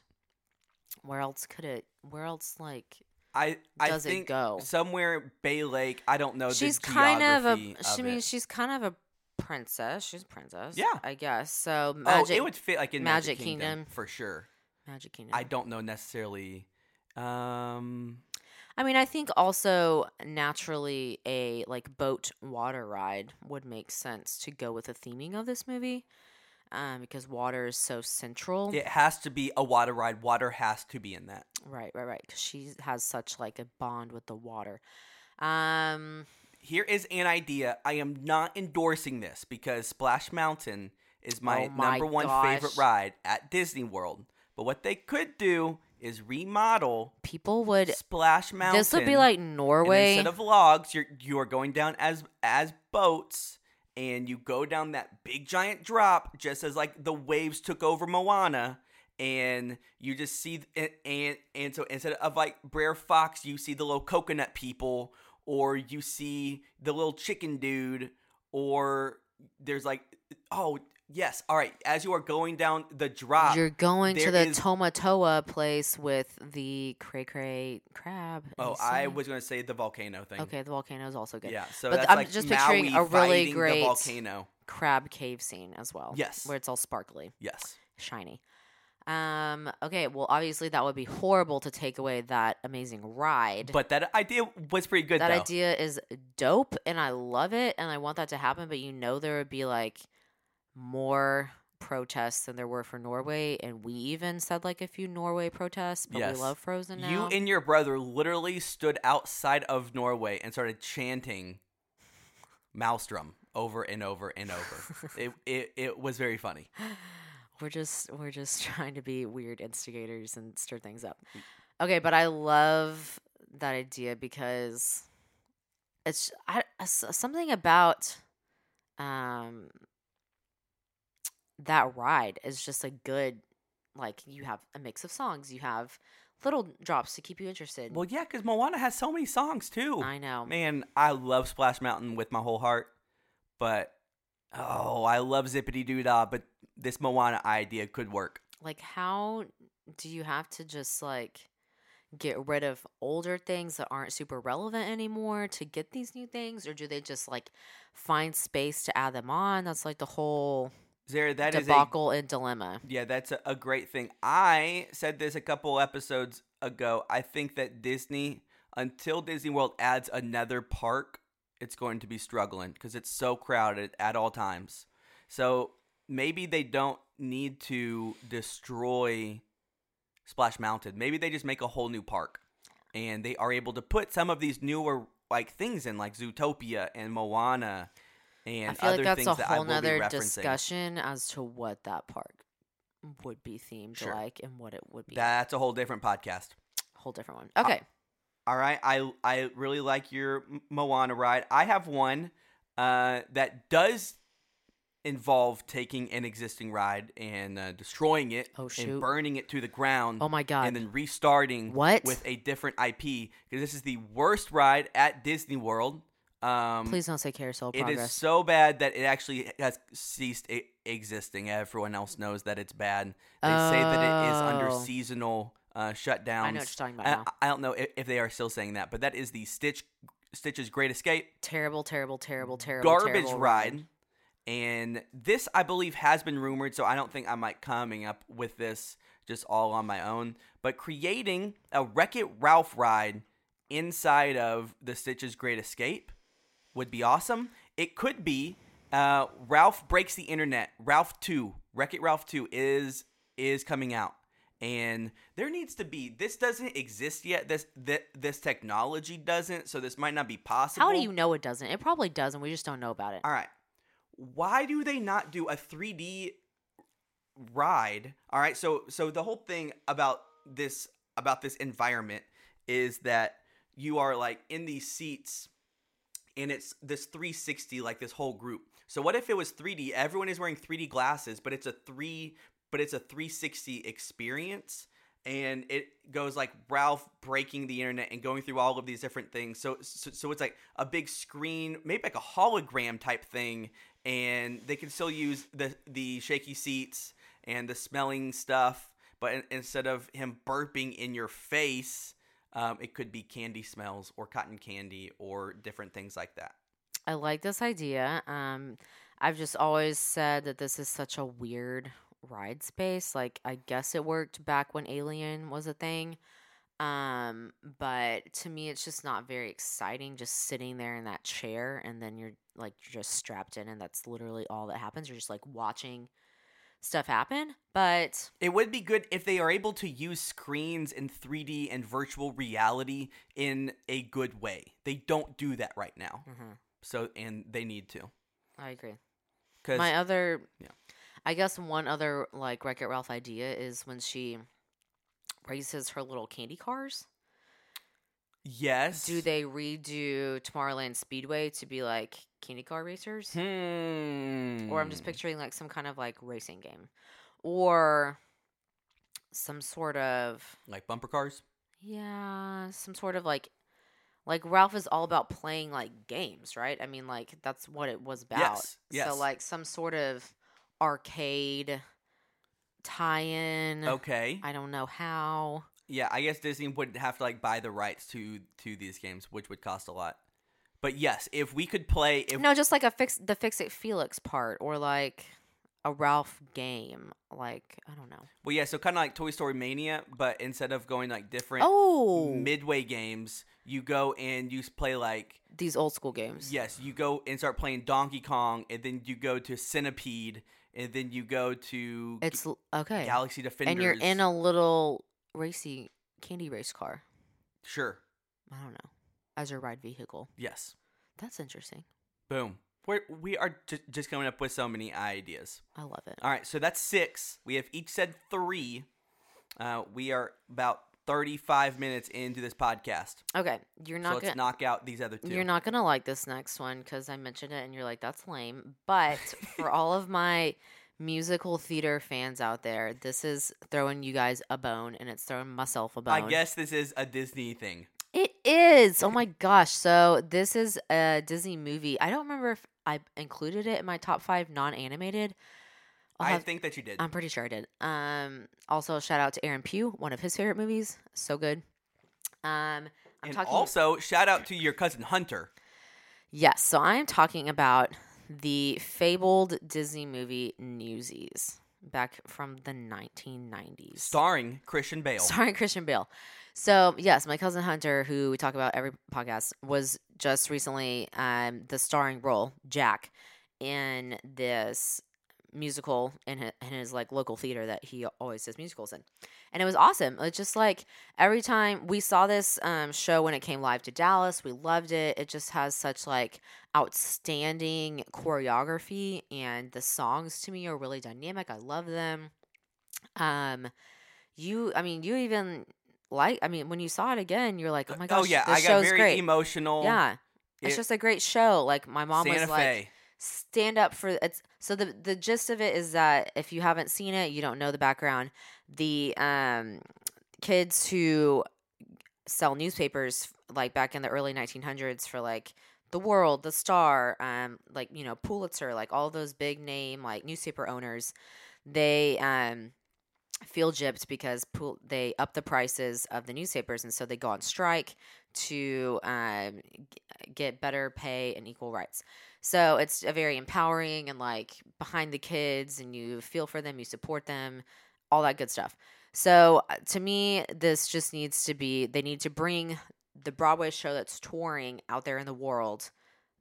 S2: where else could it? Where else like
S1: I I
S2: Does it
S1: think
S2: go?
S1: somewhere Bay Lake. I don't know.
S2: she's
S1: the
S2: kind of a
S1: geography
S2: she
S1: it.
S2: means she's kind of a princess she's a princess
S1: Yeah.
S2: i guess so
S1: oh,
S2: magic
S1: it would fit like in
S2: Magic
S1: Magic, Kingdom,
S2: Kingdom.
S1: for sure.
S2: magic kingdom
S1: I don't know necessarily. Um,
S2: I mean i think also naturally a like boat water ride would make sense to go with the theming of this movie um, because water is so central
S1: it has to be a water ride. Water has to be in that.
S2: right right right because she has such like a bond with the water um
S1: Here is an idea. I am not endorsing this because Splash Mountain is my,
S2: Oh my
S1: number one
S2: gosh.
S1: favorite ride at Disney World. But what they could do is remodel
S2: people would
S1: Splash Mountain.
S2: this would be like
S1: and
S2: norway
S1: instead of logs, you're you're going down as as boats, and you go down that big giant drop, just as like the waves took over Moana, and you just see and and, and so instead of like Brer Fox, you see the little coconut people, or you see the little chicken dude, or there's like oh yes, all right, as you are going down the drop,
S2: You're going to
S1: there
S2: the
S1: is-
S2: Tomatoa place with the cray cray crab. and
S1: Oh,
S2: the
S1: I
S2: salmon.
S1: was gonna say the volcano thing.
S2: Okay, the volcano is also good.
S1: Yeah. So
S2: But
S1: that's
S2: I'm
S1: like
S2: just
S1: Maui
S2: picturing a really
S1: fighting the
S2: great-
S1: volcano.
S2: Crab cave scene as well.
S1: Yes.
S2: Where it's all sparkly,
S1: Yes.
S2: shiny. Um, okay, well, obviously that would be horrible to take away that amazing ride.
S1: But that idea was pretty good.
S2: that
S1: though.
S2: idea is dope and I love it and I want that to happen, but you know there would be like more protests than there were for Norway and we even said like a few Norway protests, but
S1: Yes.
S2: we love Frozen now.
S1: You and your brother literally stood outside of Norway and started chanting Maelstrom over and over and over. it, it it was very funny.
S2: we're just we're just trying to be weird instigators and stir things up. Okay, but I love that idea because it's I, I s- something about um that ride is just a good like you have a mix of songs, you have little drops to keep you interested.
S1: Well, yeah, because Moana has so many songs too.
S2: I know.
S1: Man, I love Splash Mountain with my whole heart, but oh, I love Zippity Doo Dah. But this Moana idea could work.
S2: like how do you have to just like get rid of older things that aren't super relevant anymore to get these new things or do they just like find space to add them on that's like the whole
S1: Zara, that is a
S2: debacle and dilemma
S1: Yeah, that's a, a great thing. I said this a couple episodes ago. I think that Disney, until Disney World adds another park, it's going to be struggling because it's so crowded at all times. So maybe they don't need to destroy Splash Mountain. Maybe they just make a whole new park and they are able to put some of these newer like things in, like Zootopia and Moana and
S2: i feel
S1: other
S2: like that's
S1: things
S2: a
S1: that I will
S2: whole
S1: be
S2: nother
S1: referencing.
S2: discussion as to what that park would be themed
S1: Sure.
S2: like and what it would be
S1: That's a whole different podcast.
S2: whole different
S1: um,
S2: one okay
S1: All right, I I really like your M- Moana ride. I have one uh, that does involve taking an existing ride and uh, destroying it
S2: Oh,
S1: and
S2: shoot.
S1: burning it to the ground.
S2: oh my god
S1: And then restarting
S2: What?
S1: with a different IP because this is the worst ride at Disney World. Um,
S2: please don't say carousel of
S1: it
S2: progress
S1: is so bad that it actually has ceased e- existing. Everyone else knows that it's bad. They say that it is under
S2: Oh.
S1: seasonal uh, shutdowns.
S2: i know what you're talking about
S1: I,
S2: now
S1: I- I don't know if, if they are still saying that, but that is the Stitch Stitch's Great Escape
S2: terrible terrible terrible terrible
S1: garbage
S2: terrible
S1: ride. And this, I believe, has been rumored, so I don't think I might coming up with this just all on my own. But creating a Wreck It Ralph ride inside of the Stitch's Great Escape would be awesome. It could be uh, Ralph breaks the internet. Ralph Two, Wreck It Ralph Two is is coming out, and there needs to be. This doesn't exist yet. This th- this technology doesn't, so this might not be possible.
S2: How do you know it doesn't? It probably doesn't. We just don't know about it.
S1: All right. Why do they not do a 3D ride? All right. So so the whole thing about this about this environment is that you are like in these seats and it's this 360 like this whole group. So what if it was 3D? Everyone is wearing 3D glasses, but it's a 3 but it's a 360 experience and it goes like Ralph breaking the internet and going through all of these different things. So, so, so it's like a big screen, maybe like a hologram type thing, and they can still use the the shaky seats and the smelling stuff, but in, instead of him burping in your face, um, it could be candy smells or cotton candy or different things like that.
S2: I like this idea. Um, I've just always said that this is such a weird ride space. Like, I guess it worked back when Alien was a thing. Um, but to me, it's just not very exciting just sitting there in that chair and then you're like, you're just strapped in, and that's literally all that happens. You're just like watching stuff happen. But
S1: It would be good if they are able to use screens and 3D and virtual reality in a good way. They don't do that right now. So and they need to
S2: Mm-hmm, I agree.
S1: because
S2: my uh, other
S1: yeah.
S2: i guess one other like wreck it ralph idea is when she races her little candy cars
S1: yes,
S2: do they redo tomorrowland speedway to be like candy car racers,
S1: Hmm.
S2: or I'm just picturing like some kind of like racing game, or some sort of
S1: like bumper cars.
S2: yeah, some sort of like like Ralph is all about playing like games, right? I mean, like that's what it was about.
S1: Yes, yes.
S2: So like some sort of arcade tie-in.
S1: Okay.
S2: I don't know how.
S1: Yeah, I guess Disney would have to like buy the rights to to these games, which would cost a lot. But yes, if we could play, if
S2: no, just like a fix the Fix It Felix part, or like a Ralph game. Like I don't know.
S1: well, yeah, so kind of like Toy Story Mania, but instead of going like different
S2: Oh,
S1: midway games, you go and you s- play like
S2: these old school games.
S1: yes, you go and start playing Donkey Kong, and then you go to Centipede, and then you go to
S2: it's l- okay.
S1: Galaxy Defenders,
S2: and you're in a little racy candy race car.
S1: sure,
S2: I don't know as your ride vehicle.
S1: yes,
S2: That's interesting.
S1: boom. We're, we are ju- just coming up with so many ideas.
S2: I love it.
S1: All right, so that's six. We have each said three. Uh, we are about 35 minutes into this podcast.
S2: Okay, you're
S1: so
S2: not
S1: let's
S2: gonna
S1: knock out these other 2
S2: you're not gonna like this next one because I mentioned it and you're like that's lame. But for all of my musical theater fans out there, this is throwing you guys a bone and it's throwing myself a bone.
S1: I guess this is a Disney thing.
S2: It is. Oh my gosh. So this is a Disney movie. I don't remember if I included it in my top five non-animated. I'll
S1: i
S2: have-
S1: think that you did.
S2: I'm pretty sure I did. Um, also shout out to Aaron Pugh, one of his favorite movies. So good. Um, I'm
S1: and
S2: talking.
S1: also, shout out to your cousin Hunter.
S2: yes. So I am talking about the fabled Disney movie Newsies, back from the 1990s.
S1: Starring Christian Bale.
S2: Sorry, Christian Bale. So yes, my cousin Hunter, who we talk about every podcast, was just recently um, the starring role Jack in this musical in his, in his like local theater that he always does musicals in, and it was awesome. It's just like every time we saw this um, show when it came live to Dallas, we loved it. It just has such like outstanding choreography, and the songs to me are really dynamic. I love them. Um, you, I mean, you even like, I mean, when you saw it again, you're like, oh my gosh,
S1: oh, yeah,
S2: this
S1: I got
S2: show's
S1: very
S2: great.
S1: emotional.
S2: yeah, it's
S1: It-
S2: just a great show. Like my mom
S1: Santa
S2: was like,
S1: Fe.
S2: stand up for it's so the the gist of it is that if you haven't seen it you don't know the background the um kids who sell newspapers like back in the early 1900s for like the world the star um like you know pulitzer like all those big name like newspaper owners they um feel gypped because Pul- they up the prices of the newspapers and so they go on strike to um, g- get better pay and equal rights so it's a very empowering and like behind the kids and you feel for them you support them all that good stuff so uh, to me this just needs to be they need to bring the broadway show that's touring out there in the world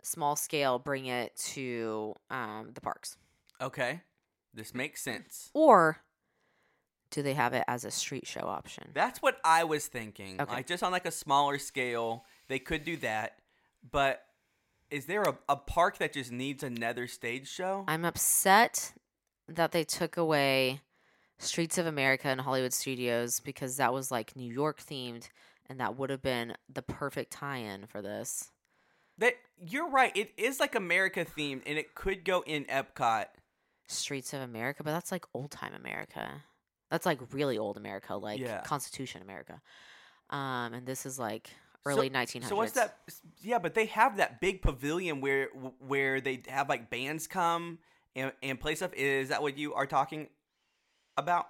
S2: small scale bring it to um, the parks
S1: Okay. This makes sense.
S2: or do they have it as a street show option?
S1: That's what I was thinking.
S2: Okay.
S1: Like just on like a smaller scale, they could do that. But is there a, a park that just needs another stage show?
S2: I'm upset that they took away Streets of America and Hollywood Studios because that was like New York themed and that would have been the perfect tie-in for this.
S1: that you're right. It is like America themed, and it could go in Epcot.
S2: Streets of America, but that's like old-time America. That's like really old America, like
S1: Yeah.
S2: Constitution America. Um and this is like early 1900s.
S1: So what's that? Yeah, but they have that big pavilion where where they have like bands come and, and play stuff. Is that what you are talking about?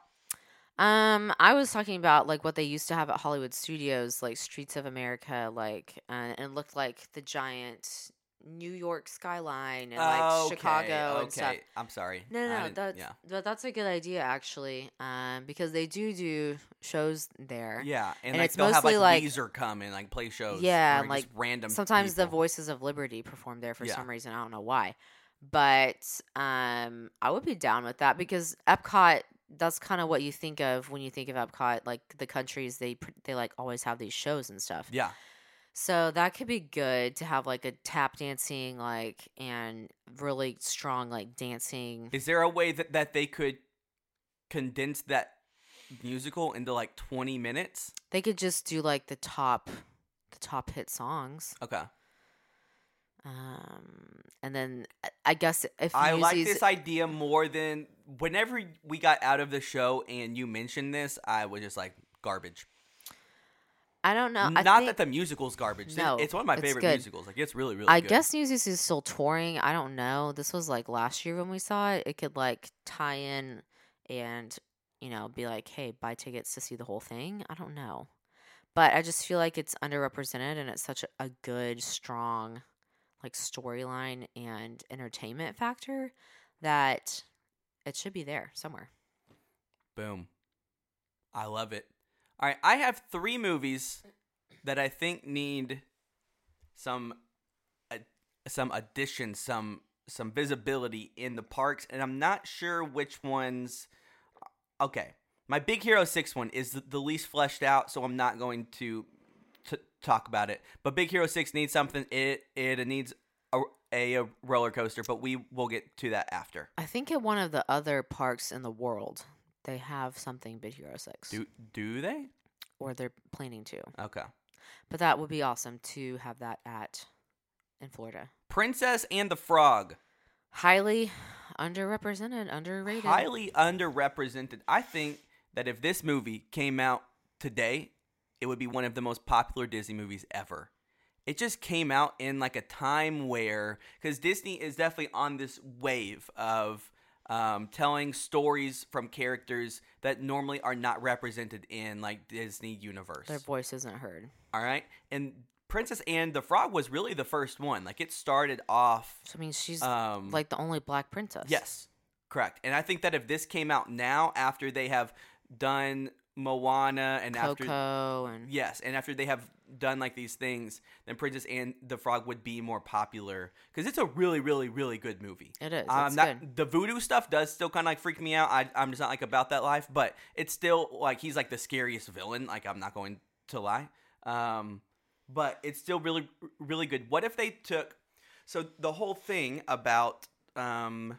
S2: Um, I was talking about like what they used to have at Hollywood Studios, like Streets of America, like uh, and it looked like the giant New York skyline and like
S1: Oh, Okay,
S2: Chicago
S1: Okay,
S2: and stuff.
S1: I'm sorry. I
S2: No, no, no
S1: didn't-
S2: that's
S1: yeah,
S2: but that's a good idea actually, um, because they do do shows there.
S1: yeah, and,
S2: and
S1: like
S2: it's
S1: they'll have
S2: mostly,
S1: like,
S2: like-
S1: Weezer come and like play shows.
S2: Yeah,
S1: or
S2: and,
S1: just
S2: like,
S1: random.
S2: Sometimes the
S1: people.
S2: Voices of Liberty perform there for
S1: Yeah.
S2: some reason. I don't know why, but um, I would be down with that because Epcot. That's kind of what you think of when you think of Epcot, like the countries they pr- they like always have these shows and stuff.
S1: Yeah,
S2: So that could be good to have like a tap dancing like and really strong like dancing.
S1: Is there a way that, that they could condense that musical into like 20 minutes?
S2: They could just do like the top the top hit songs.
S1: Okay.
S2: Um, and then I- I guess if
S1: I like
S2: Newsies-
S1: this idea more than whenever we got out of the show and you mentioned this, I was just like garbage.
S2: I don't know. I
S1: Not
S2: think,
S1: that the musical's garbage. Th-
S2: No,
S1: it's one of my
S2: it's
S1: favorite
S2: good.
S1: musicals. Like it's really, really.
S2: I
S1: good.
S2: guess Newsies is still touring. I don't know. This was like last year when we saw it. It could like tie in and, you know, be like, hey, buy tickets to see the whole thing. I don't know. But I just feel like it's underrepresented and it's such a- a good, strong, like storyline and entertainment factor that it should be there somewhere.
S1: Boom. I love it. All right, I have three movies that I think need some uh, some addition, some some visibility in the parks, and I'm not sure which ones. Okay, my Big Hero Six one is the, the least fleshed out, so I'm not going to t- talk about it. But Big Hero Six needs something. It it needs a, a roller coaster, but we will get to that after.
S2: I think at one of the other parks in the world, they have something Big Hero 6,
S1: Do do they?
S2: or they're planning to.
S1: Okay.
S2: But that would be awesome to have that at in Florida.
S1: Princess and the Frog.
S2: Highly underrepresented, underrated.
S1: Highly underrepresented. I think that if this movie came out today, it would be one of the most popular Disney movies ever. It just came out in like a time where, because Disney is definitely on this wave of um, telling stories from characters that normally are not represented in like Disney universe.
S2: Their voice isn't heard.
S1: All right, and Princess Anne the Frog was really the first one. Like it started off.
S2: So, I mean, she's
S1: Um,
S2: like the only black princess.
S1: Yes, correct. And I think that if this came out now, after they have done Moana and after
S2: Coco and
S1: yes, and after they have done like these things, then Princess and the Frog would be more popular because it's a really, really, really good movie.
S2: It is.
S1: Um,
S2: It's
S1: not-
S2: good.
S1: The voodoo stuff does still kind of like freak me out. I, I'm just not like about that life, but it's still like he's like the scariest villain. Like I'm not going to lie. Um, but it's still really, really good. What if they took? So the whole thing about um,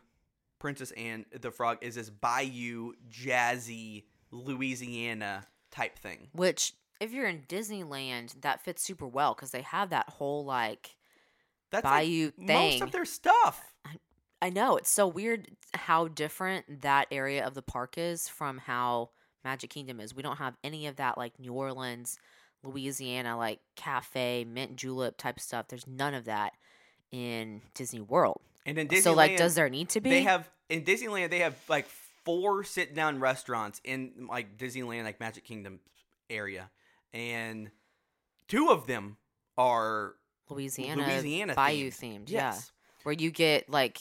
S1: Princess Anne the Frog is this bayou jazzy Louisiana type thing.
S2: which if you're in Disneyland, that fits super well because they have that whole like
S1: That's
S2: Bayou
S1: like most
S2: thing.
S1: of their stuff.
S2: I know it's so weird how different that area of the park is from how Magic Kingdom is. We don't have any of that like New Orleans, Louisiana like cafe, mint julep type stuff. There's none of that in Disney World.
S1: And then Disneyland,
S2: so like does there need to be?
S1: They have in Disneyland. They have like four sit down restaurants in like Disneyland, like Magic Kingdom area, and two of them are
S2: Louisiana,
S1: Louisiana
S2: bayou
S1: themed.
S2: themed. Yeah.
S1: Yes.
S2: Where you get like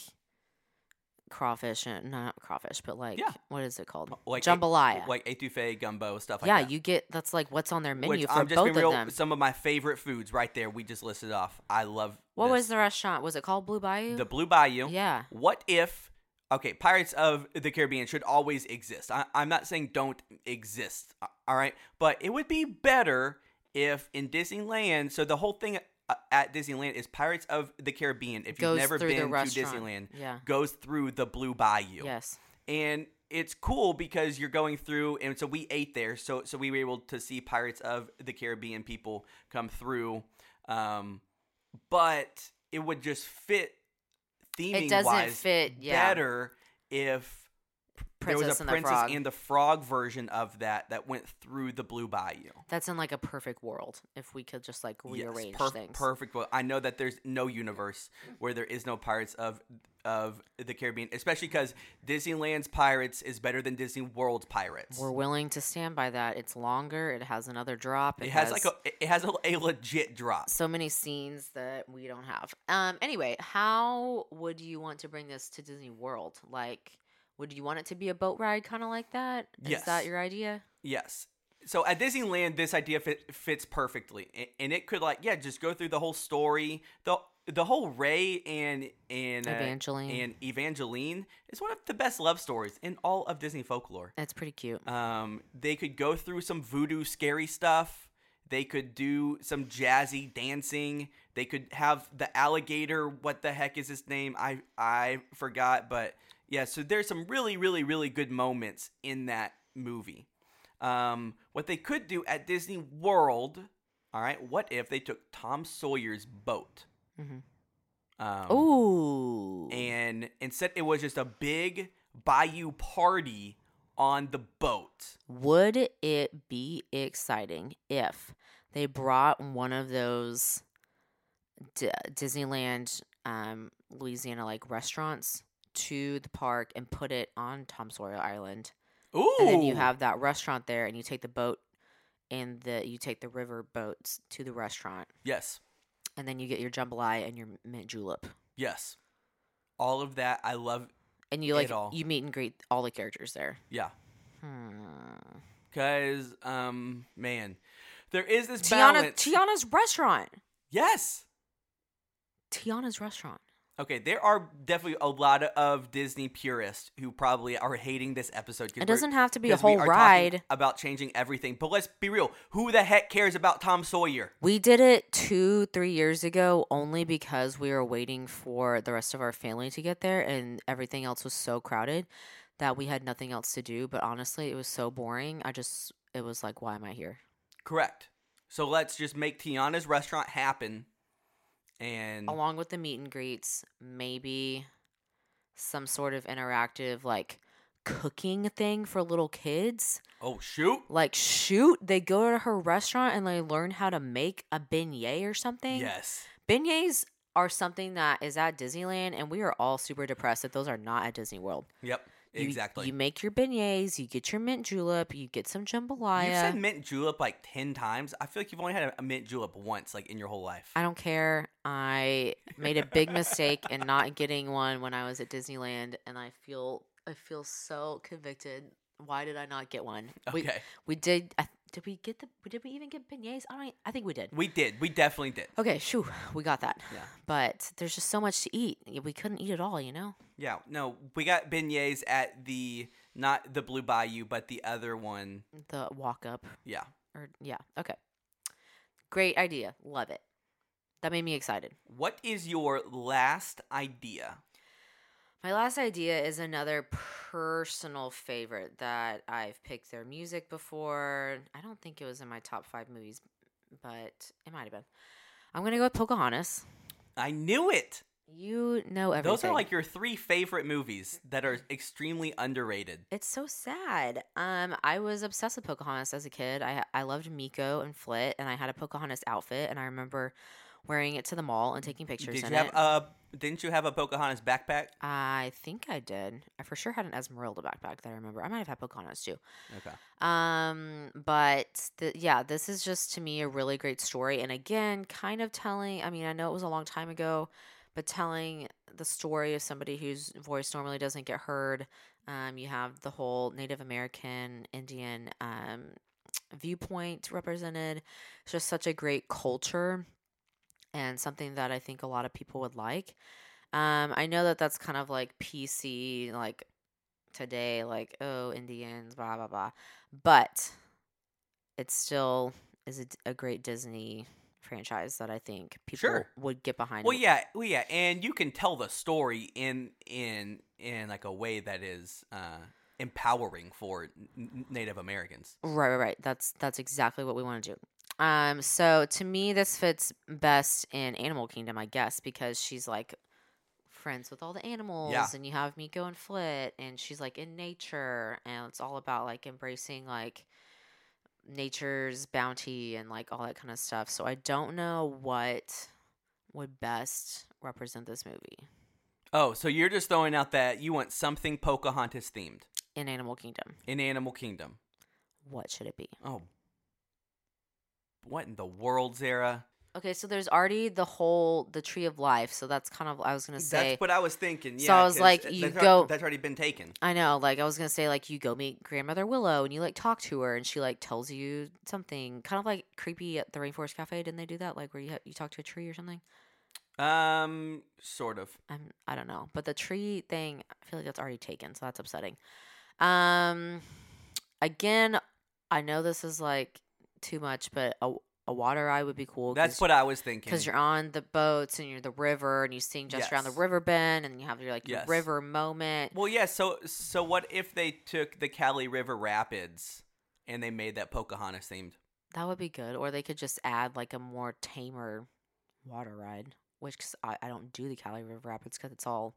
S2: crawfish and not crawfish, but like
S1: Yeah. Oh,
S2: what is it called?
S1: like
S2: Jambalaya.
S1: like etouffee, gumbo, stuff like
S2: yeah,
S1: that.
S2: you get that's like what's on their menu
S1: Which
S2: for
S1: I'm just
S2: both
S1: being
S2: of
S1: real.
S2: them.
S1: Some of my favorite foods right there. We just listed off. I love.
S2: What
S1: this.
S2: was the restaurant? Was it called Blue Bayou?
S1: the Blue Bayou?
S2: Yeah.
S1: What if? Okay, Pirates of the Caribbean should always exist. I, I'm not saying don't exist, a- all right? But it would be better if in Disneyland, so the whole thing uh, at Disneyland is Pirates of the Caribbean, if
S2: Goes
S1: you've never
S2: through the
S1: been to
S2: restaurant.
S1: Disneyland,
S2: Yeah.
S1: goes through the Blue Bayou.
S2: Yes.
S1: And it's cool because you're going through, and so we ate there, so, so we were able to see Pirates of the Caribbean people come through. Um, but it would just fit theming
S2: doesn't
S1: wise
S2: fit, yeah.
S1: better if there was
S2: Princess
S1: a
S2: and the
S1: princess
S2: Frog.
S1: and the frog version of that that went through the blue bayou.
S2: That's in like a perfect world if we could just like rearrange
S1: perf-
S2: things.
S1: perfect. Well, I know that there's no universe where there is no pirates of of the Caribbean, especially because Disneyland's pirates is better than Disney World's pirates.
S2: We're willing to stand by that. It's longer. It has another drop.
S1: it has like a it has a, a legit drop.
S2: so many scenes that we don't have. Um. Anyway, how would you want to bring this to Disney World? Like, would you want it to be a boat ride, kind of like that? Is
S1: Yes.
S2: that your idea?
S1: Yes. So at Disneyland, this idea fit, fits perfectly, A- and it could like yeah, just go through the whole story, the the whole Ray and and uh,
S2: Evangeline.
S1: and Evangeline is one of the best love stories in all of Disney folklore.
S2: That's pretty cute.
S1: Um, they could go through some voodoo scary stuff. They could do some jazzy dancing. They could have the alligator. What the heck is his name? I I forgot. But yeah, so there's some really really really good moments in that movie. Um, what they could do at Disney World. All right, what if they took Tom Sawyer's boat? Um,
S2: Ooh.
S1: and instead it was just a big bayou party on the boat.
S2: Would it be exciting if they brought one of those D- Disneyland, um, Louisiana like restaurants to the park and put it on Tom Sawyer Island?
S1: Ooh,
S2: And then you have that restaurant there, and you take the boat and the you take the river boats to the restaurant,
S1: yes,
S2: and then you get your jambalaya and your mint julep,
S1: yes, all of that. I love,
S2: and you
S1: It
S2: like
S1: all.
S2: you meet and greet all the characters there.
S1: yeah,
S2: Hmm.
S1: because um, man, there is this
S2: Tiana,
S1: balance.
S2: Tiana's restaurant.
S1: yes.
S2: Tiana's restaurant.
S1: Okay, there are definitely a lot of Disney purists who probably are hating this episode. 'cause
S2: It
S1: we're-
S2: doesn't have to be a
S1: 'cause we
S2: whole
S1: are talking
S2: ride.
S1: about changing everything. But let's be real: who the heck cares about Tom Sawyer?
S2: We did it two, three years ago only because we were waiting for the rest of our family to get there and everything else was so crowded that we had nothing else to do. But honestly, it was so boring. I just, it was like, why am I here?
S1: Correct. So let's just make Tiana's restaurant happen, and
S2: Along with the meet and greets, maybe some sort of interactive, like, cooking thing for little kids.
S1: oh shoot,
S2: Like, shoot, they go to her restaurant and they learn how to make a beignet or something.
S1: yes,
S2: beignets are something that is at Disneyland, and we are all super depressed that those are not at Disney World.
S1: yep,
S2: You-
S1: exactly.
S2: You
S1: You,
S2: make your beignets, you get your mint julep, you get some jambalaya.
S1: have said mint julep like ten times. I feel like you've only had a mint julep once, like in your whole life.
S2: I don't care. I made a big mistake in not getting one when I was at Disneyland, and I feel I feel so convicted. Why did I not get one? We,
S1: okay,
S2: we did. I, did we get the? Did we even get beignets? I don't. I think we did.
S1: we did. We definitely did.
S2: Okay, shoo, we got that.
S1: Yeah.
S2: But there's just so much to eat. We couldn't eat it all, you know.
S1: Yeah, no, we got beignets at the not the Blue Bayou, but the other one.
S2: The walk up
S1: Yeah,
S2: or yeah okay great idea love it that made me excited
S1: What is your last idea?
S2: my last idea is another personal favorite that i've picked their music before i don't think it was in my top five movies but it might have been i'm gonna go with pocahontas
S1: I knew it.
S2: you know everything
S1: Those are like your three favorite movies that are extremely underrated.
S2: It's so sad. Um, I was obsessed with Pocahontas as a kid. I I loved Miko and Flit, and I had a Pocahontas outfit, and I remember wearing it to the mall and taking pictures.
S1: Did
S2: in
S1: you have
S2: it.
S1: a? Didn't you have a Pocahontas backpack?
S2: I think I did. I for sure had an Esmeralda backpack that I remember. I might have had Pocahontas too.
S1: Okay.
S2: Um, but the, yeah, this is just to me a really great story. And again, kind of telling, I mean, I know it was a long time ago, but telling the story of somebody whose voice normally doesn't get heard. Um, you have the whole Native American, Indian um, viewpoint represented. It's just such a great culture and something that I think a lot of people would like. Um, I know that that's kind of like PC, like today, like, oh, Indians, blah, blah, blah. But it still is a, d- a great Disney franchise that I think people
S1: Sure.
S2: would get behind.
S1: Well, yeah, well, yeah, and you can tell the story in in in like a way that is uh, empowering for n- n- Native Americans.
S2: Right, right, right. That's that's exactly what we want to do. Um, so to me, this fits best in Animal Kingdom, I guess, because she's like friends with all the animals, and you have Miko and Flit, and she's like in nature, and it's all about like embracing like nature's bounty and like all that kind of stuff. So I don't know what would best represent this movie
S1: Oh, so you're just throwing out that you want something Pocahontas themed
S2: in Animal Kingdom.
S1: in Animal Kingdom.
S2: What should it be?
S1: Oh, what in the world, Zara?
S2: Okay, so there's already the whole the tree of life, so that's kind of I was gonna say
S1: That's what I was thinking.
S2: So
S1: Yeah,
S2: I was
S1: 'cause
S2: like,
S1: th-
S2: you
S1: that's al-
S2: go-
S1: that's already been taken.
S2: I know, like I was gonna say, like you go meet grandmother Willow and you like talk to her and she like tells you something, kind of like creepy at the Rainforest Cafe. Didn't they do that, like where you ha- you talk to a tree or something?
S1: Um, sort of.
S2: I'm I don't know, but the tree thing, I feel like that's already taken, so that's upsetting. Um, again, I know this is like too much, but a, a water eye would be cool.
S1: That's what I was thinking.
S2: because you're on the boats and you're the river and you sing just around the
S1: Yes.
S2: river bend and you have your like your
S1: Yes.
S2: river moment.
S1: Well, yeah. So, so what if they took the Cali River Rapids and they made that Pocahontas themed?
S2: That would be good. Or they could just add like a more tamer water ride. which 'cause I, I don't do the Cali River Rapids because it's all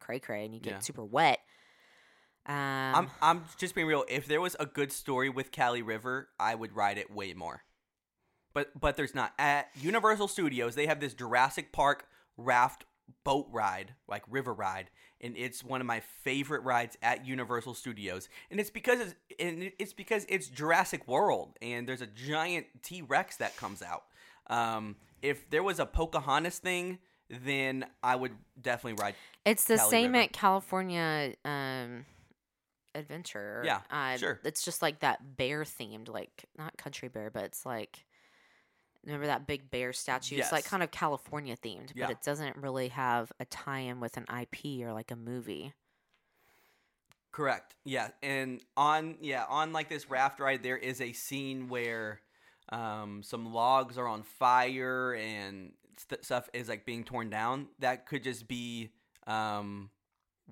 S2: cray cray and you get
S1: Yeah.
S2: super wet. Um,
S1: I'm I'm just being real. If there was a good story with Cali River, I would ride it way more. But but there's not. At Universal Studios, they have this Jurassic Park raft boat ride, like river ride, and it's one of my favorite rides at Universal Studios. And it's because it's and it's because it's Jurassic World, and there's a giant T Rex that comes out. Um, if there was a Pocahontas thing, then I would definitely ride.
S2: It's the
S1: Cali
S2: same
S1: River.
S2: at California um, Adventure.
S1: Yeah,
S2: uh,
S1: sure.
S2: It's just like that bear themed, like not country bear, but it's like remember that big bear statue. It's like
S1: Yes.
S2: kind of California themed,
S1: Yeah.
S2: but it doesn't really have a tie-in with an IP or like a movie.
S1: Correct. Yeah, and on yeah on like this raft ride, there is a scene where um, some logs are on fire and st- stuff is like being torn down. That could just be um,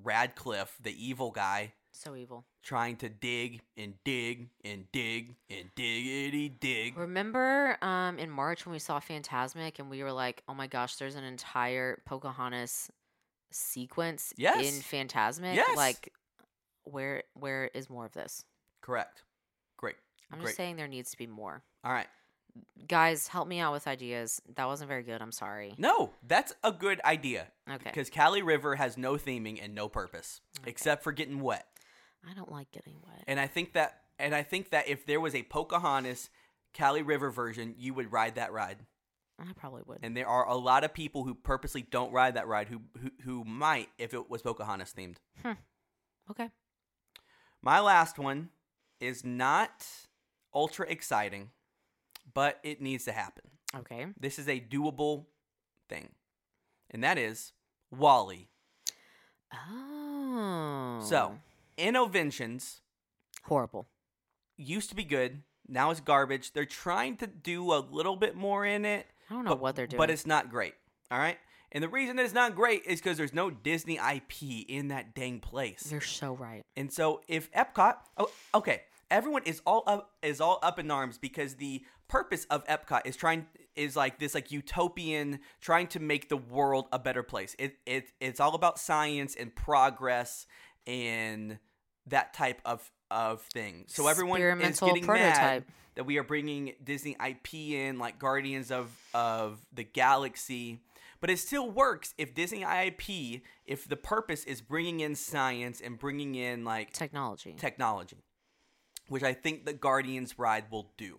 S1: Radcliffe, the evil guy,
S2: So evil.
S1: trying to dig and dig and dig and diggity dig.
S2: Remember um, in March when we saw Phantasmic and we were like, oh my gosh, there's an entire Pocahontas sequence in
S1: Yes.
S2: Phantasmic?
S1: Yes.
S2: Like, where where is more of this?
S1: Correct. Great.
S2: I'm
S1: Great.
S2: just saying there needs to be more.
S1: All right.
S2: Guys, help me out with ideas. That wasn't very good. I'm sorry.
S1: No, that's a good idea
S2: Okay.
S1: because Cali River has no theming and no purpose
S2: Okay.
S1: except for getting wet.
S2: I don't like getting wet.
S1: And I think that and I think that if there was a Pocahontas Cali River version, you would ride that ride.
S2: I probably would.
S1: And there are a lot of people who purposely don't ride that ride who who, who might if it was Pocahontas themed.
S2: Okay.
S1: My last one is not ultra exciting, but it needs to happen.
S2: Okay.
S1: This is a doable thing. And that is Wally.
S2: Oh.
S1: So, Innoventions
S2: horrible.
S1: used to be good, now it's garbage. They're trying to do a little bit more in it.
S2: I don't know what they're doing.
S1: But it's not great. All right. And the reason that it's not great is because there's no Disney IP in that dang place.
S2: You're so right.
S1: and so if Epcot, oh, okay, everyone is all up is all up in arms because the purpose of Epcot is trying is like this like utopian trying to make the world a better place. It it it's all about science and progress and that type of of thing. So everyone is
S2: Experimental
S1: getting mad
S2: prototype.
S1: that we are bringing Disney IP in, like Guardians of of the Galaxy. But it still works if Disney IP, if the purpose is bringing in science and bringing in like
S2: Technology.
S1: technology, which I think the Guardians ride will do.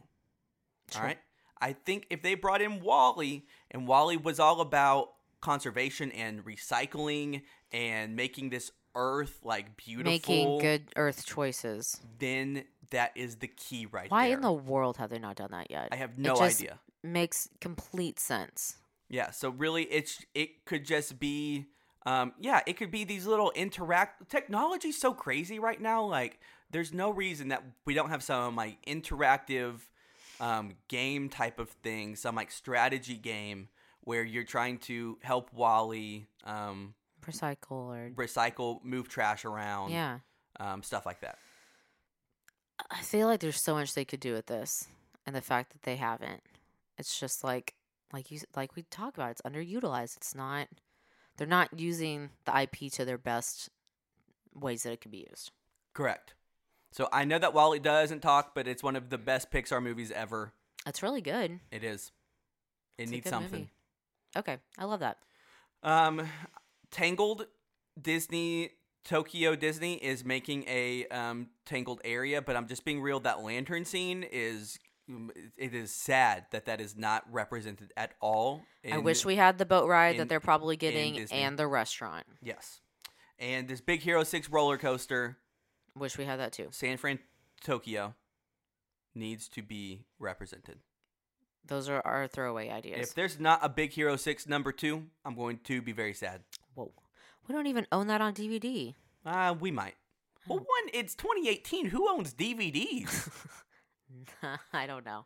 S1: All right. I think if they brought in Wally and Wally was all about conservation and recycling and making this earth like beautiful,
S2: Making good earth choices.
S1: then that is the key right
S2: Why
S1: there.
S2: in the world have they not done that yet?
S1: I have
S2: It
S1: no
S2: just
S1: idea.
S2: Makes complete sense.
S1: Yeah, so really it's it could just be um yeah, it could be these little interact technology's so crazy right now like there's no reason that we don't have some like interactive um game type of thing, some like strategy game where you're trying to help Wally um
S2: Recycle or
S1: recycle, move trash around,
S2: yeah.
S1: um stuff like that.
S2: I feel like there's so much they could do with this, and the fact that they haven't, it's just like like you s- like we talk about. It's underutilized. It's not. They're not using the IP to their best ways that it could be used.
S1: Correct. So I know that Wally doesn't talk, but it's one of the best Pixar movies ever.
S2: That's really good.
S1: It is. It
S2: It's a
S1: needs
S2: good
S1: something.
S2: movie. Okay, I love that.
S1: Um, Tangled Disney Tokyo Disney is making a um Tangled area, but I'm just being real. That lantern scene is um, it is sad that that is not represented at all.
S2: I
S1: in-
S2: wish we had the boat ride
S1: in-
S2: that they're probably
S1: in
S2: getting
S1: Disney.
S2: and the restaurant.
S1: yes, and this Big Hero Six roller coaster,
S2: Wish we had that too.
S1: San Fran Tokyo, needs to be represented.
S2: Those are our throwaway ideas.
S1: If there's not a Big Hero Six number two, I'm going to be very sad.
S2: Whoa, we don't even own that on DVD.
S1: Uh, we might. Well,
S2: Hmm.
S1: one, it's 2018. Who owns DVDs?
S2: I don't know.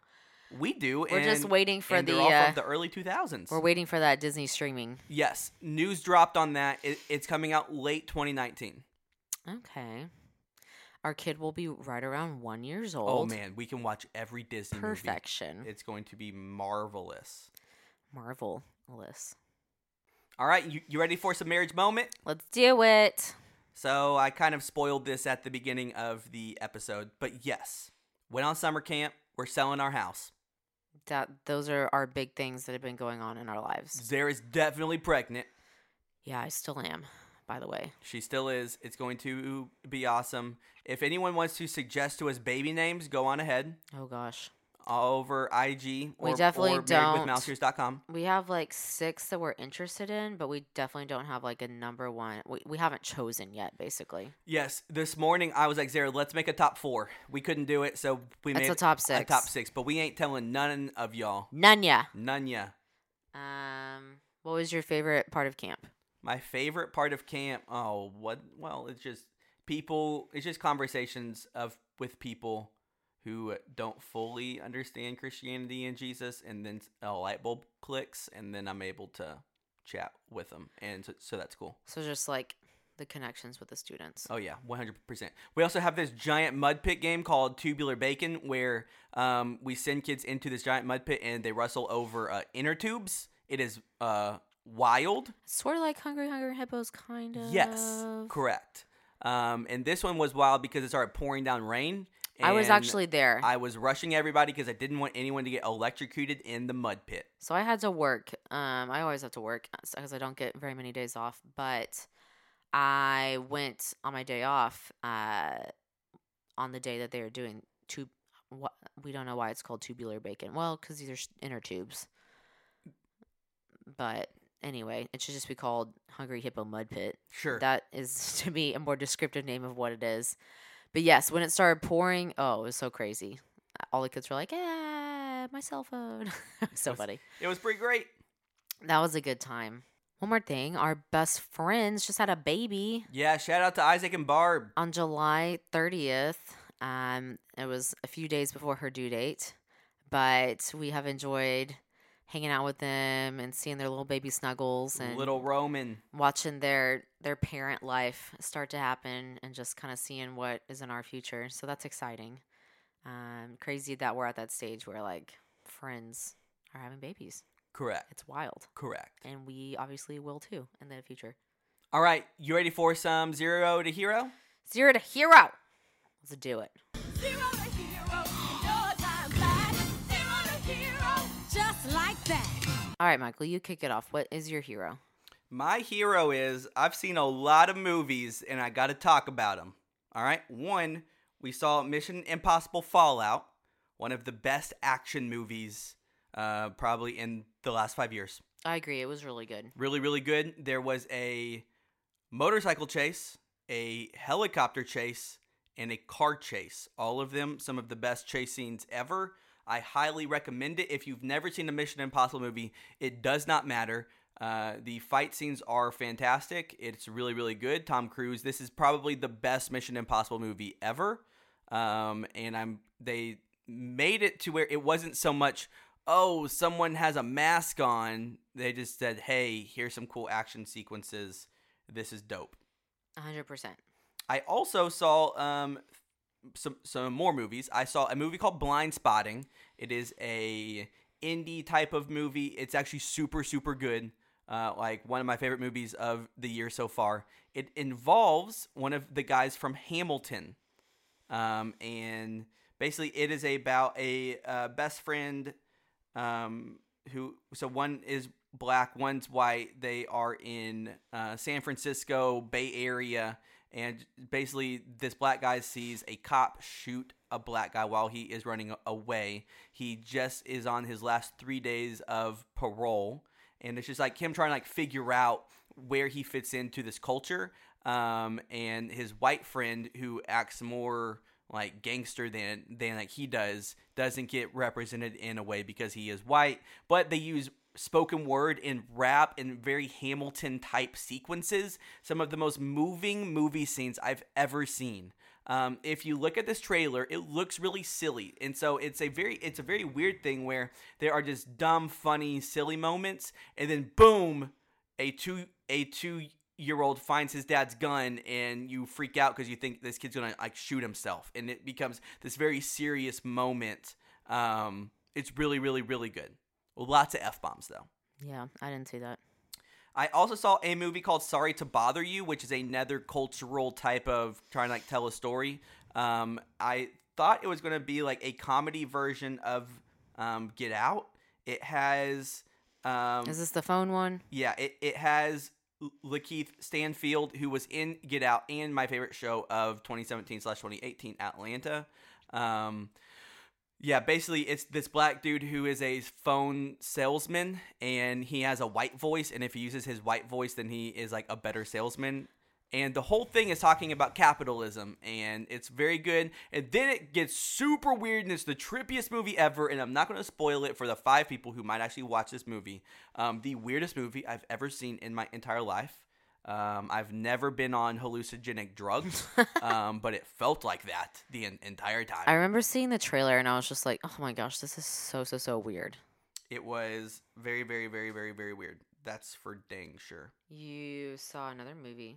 S1: We do.
S2: We're just
S1: and-
S2: waiting for
S1: and they're
S2: the,
S1: all from
S2: uh,
S1: the early 2000s.
S2: We're waiting for that Disney streaming.
S1: yes, news dropped on that. It, it's coming out late 2019.
S2: Okay. Our kid will be right around one years old.
S1: Oh man, we can watch every Disney movie.
S2: Perfection.
S1: It's going to be marvelous.
S2: Marvelous.
S1: All right, you, you ready for some marriage moment?
S2: Let's do it.
S1: So I kind of spoiled this at the beginning of the episode, but yes, went on summer camp. We're selling our house.
S2: That those are our big things that have been going on in our lives.
S1: Zara is definitely pregnant.
S2: Yeah, I still am, by the way.
S1: She still is. It's going to be awesome. If anyone wants to suggest to us baby names, go on ahead
S2: Oh gosh.
S1: over IG or,
S2: We definitely
S1: or marriedwithmousers
S2: don't.
S1: dot com.
S2: We have like six that we're interested in, but we definitely don't have like a number one. We, we haven't chosen yet, basically.
S1: Yes, this morning I was like, Zara, let's make a top four. We couldn't do it, so we
S2: It's
S1: made
S2: a top
S1: A
S2: six.
S1: top six, but we ain't telling none of y'all.
S2: None yeah.
S1: None ya.
S2: Um, what was your favorite part of camp?
S1: My favorite part of camp. Oh, what? Well, it's just people. It's just conversations of with people who don't fully understand Christianity and Jesus, and then a light bulb clicks, and then I'm able to chat with them, and so, so that's cool.
S2: So just like the connections with the students.
S1: Oh yeah, one hundred percent. We also have this giant mud pit game called Tubular Bacon, where um, we send kids into this giant mud pit and they wrestle over uh, inner tubes. It is uh, wild.
S2: Sort of like Hungry Hungry Hippos, kind of.
S1: Yes, correct. Um, and this one was wild because it started pouring down rain.
S2: I was
S1: and
S2: actually there,
S1: I was rushing everybody because I didn't want anyone to get electrocuted in the mud pit.
S2: so I had to work. Um, I always have to work because I don't get very many days off. But I went on my day off. Uh, on the day that they were doing tube. What we don't know why it's called tubular bacon. Well, because these are s- inner tubes. But anyway, it should just be called Hungry Hippo Mud Pit.
S1: Sure.
S2: That is to me a more descriptive name of what it is. But yes, when it started pouring, oh, it was so crazy. All the kids were like, "Yeah, my cell phone." It was so
S1: was-
S2: funny.
S1: it was pretty great.
S2: That was a good time. One more thing, our best friends just had a baby
S1: Yeah. Shout out to Isaac and Barb.
S2: on July 30th. Um, it was a few days before her due date, but we have enjoyed hanging out with them and seeing their little baby snuggles and
S1: Little Roman.
S2: watching their their parent life start to happen and just kind of seeing what is in our future. So that's exciting. Um, crazy that we're at that stage where like friends are having babies.
S1: Correct.
S2: It's wild,
S1: Correct.
S2: and we obviously will too in the future.
S1: All right, you ready for some zero to hero?
S2: Zero to hero. Let's do it.
S4: Zero to hero, no time flat. Zero to hero, just like that.
S2: All right, Michael, you kick it off. What is your hero?
S1: My hero is I've seen a lot of movies and I got to talk about them. All right, one we saw Mission Impossible Fallout, one of the best action movies uh, probably in the last five years.
S2: I agree. It was really good.
S1: Really, really good. There was a motorcycle chase, a helicopter chase, and a car chase. All of them, some of the best chase scenes ever. I highly recommend it. If you've never seen a Mission Impossible movie, it does not matter. Uh, the fight scenes are fantastic. It's really, really good. Tom Cruise. This is probably the best Mission Impossible movie ever. Um, and I'm they made it to where it wasn't so much oh someone has a mask on. They just said hey here's some cool action sequences. This is dope.
S2: 100%.
S1: I also saw um, some some more movies. I saw a movie called Blind Spotting. It is a indie type of movie. It's actually super super good. Uh, like one of my favorite movies of the year so far. It involves one of the guys from Hamilton, um, and basically it is about a uh, best friend um, who so one is black, one's white. They are in uh, San Francisco Bay Area, and basically this black guy sees a cop shoot a black guy while he is running a- away. He just is on his last three days of parole, and it's just like him trying to like figure out where he fits into this culture. Um, and his white friend who acts more like gangster than than like he does doesn't get represented in a way because he is white but they use spoken word and rap and very hamilton type sequences some of the most moving movie scenes i've ever seen um, if you look at this trailer it looks really silly and so it's a very it's a very weird thing where there are just dumb funny silly moments and then boom a two a two year old finds his dad's gun and you freak out because you think this kid's gonna like shoot himself and it becomes this very serious moment um it's really really really good lots of f-bombs though
S2: Yeah, I didn't see that.
S1: I also saw a movie called Sorry to Bother You, which is another cultural type of trying to like tell a story. Um, I thought it was going to be like a comedy version of um, Get Out. It has um,
S2: Is this the phone one?
S1: yeah, it, it has L- Lakeith Stanfield, who was in Get Out and my favorite show of 2017 slash 2018, Atlanta. Um, yeah, basically, it's this black dude who is a phone salesman, and he has a white voice. And if he uses his white voice, then he is like a better salesman. And the whole thing is talking about capitalism, and it's very good. And then it gets super weird, and it's the trippiest movie ever. And I'm not going to spoil it for the five people who might actually watch this movie. Um, the weirdest movie I've ever seen in my entire life. Um, I've never been on hallucinogenic drugs, um, but it felt like that the en- entire time.
S2: I remember seeing the trailer and I was just like, oh my gosh, this is so, so, so weird.
S1: It was very, very, very, very, very weird. That's for dang sure.
S2: You saw another movie.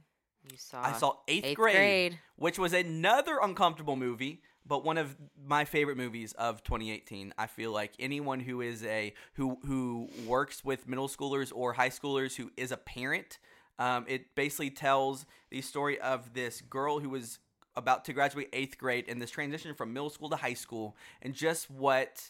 S2: You saw.
S1: I saw Eighth,
S2: Uh-huh. Eighth
S1: grade,
S2: Grade.
S1: which was another uncomfortable movie, but one of my favorite movies of 2018. I feel like anyone who is a who who works with middle schoolers or high schoolers who is a parent, um, it basically tells the story of this girl who was about to graduate eighth grade and this transition from middle school to high school and just what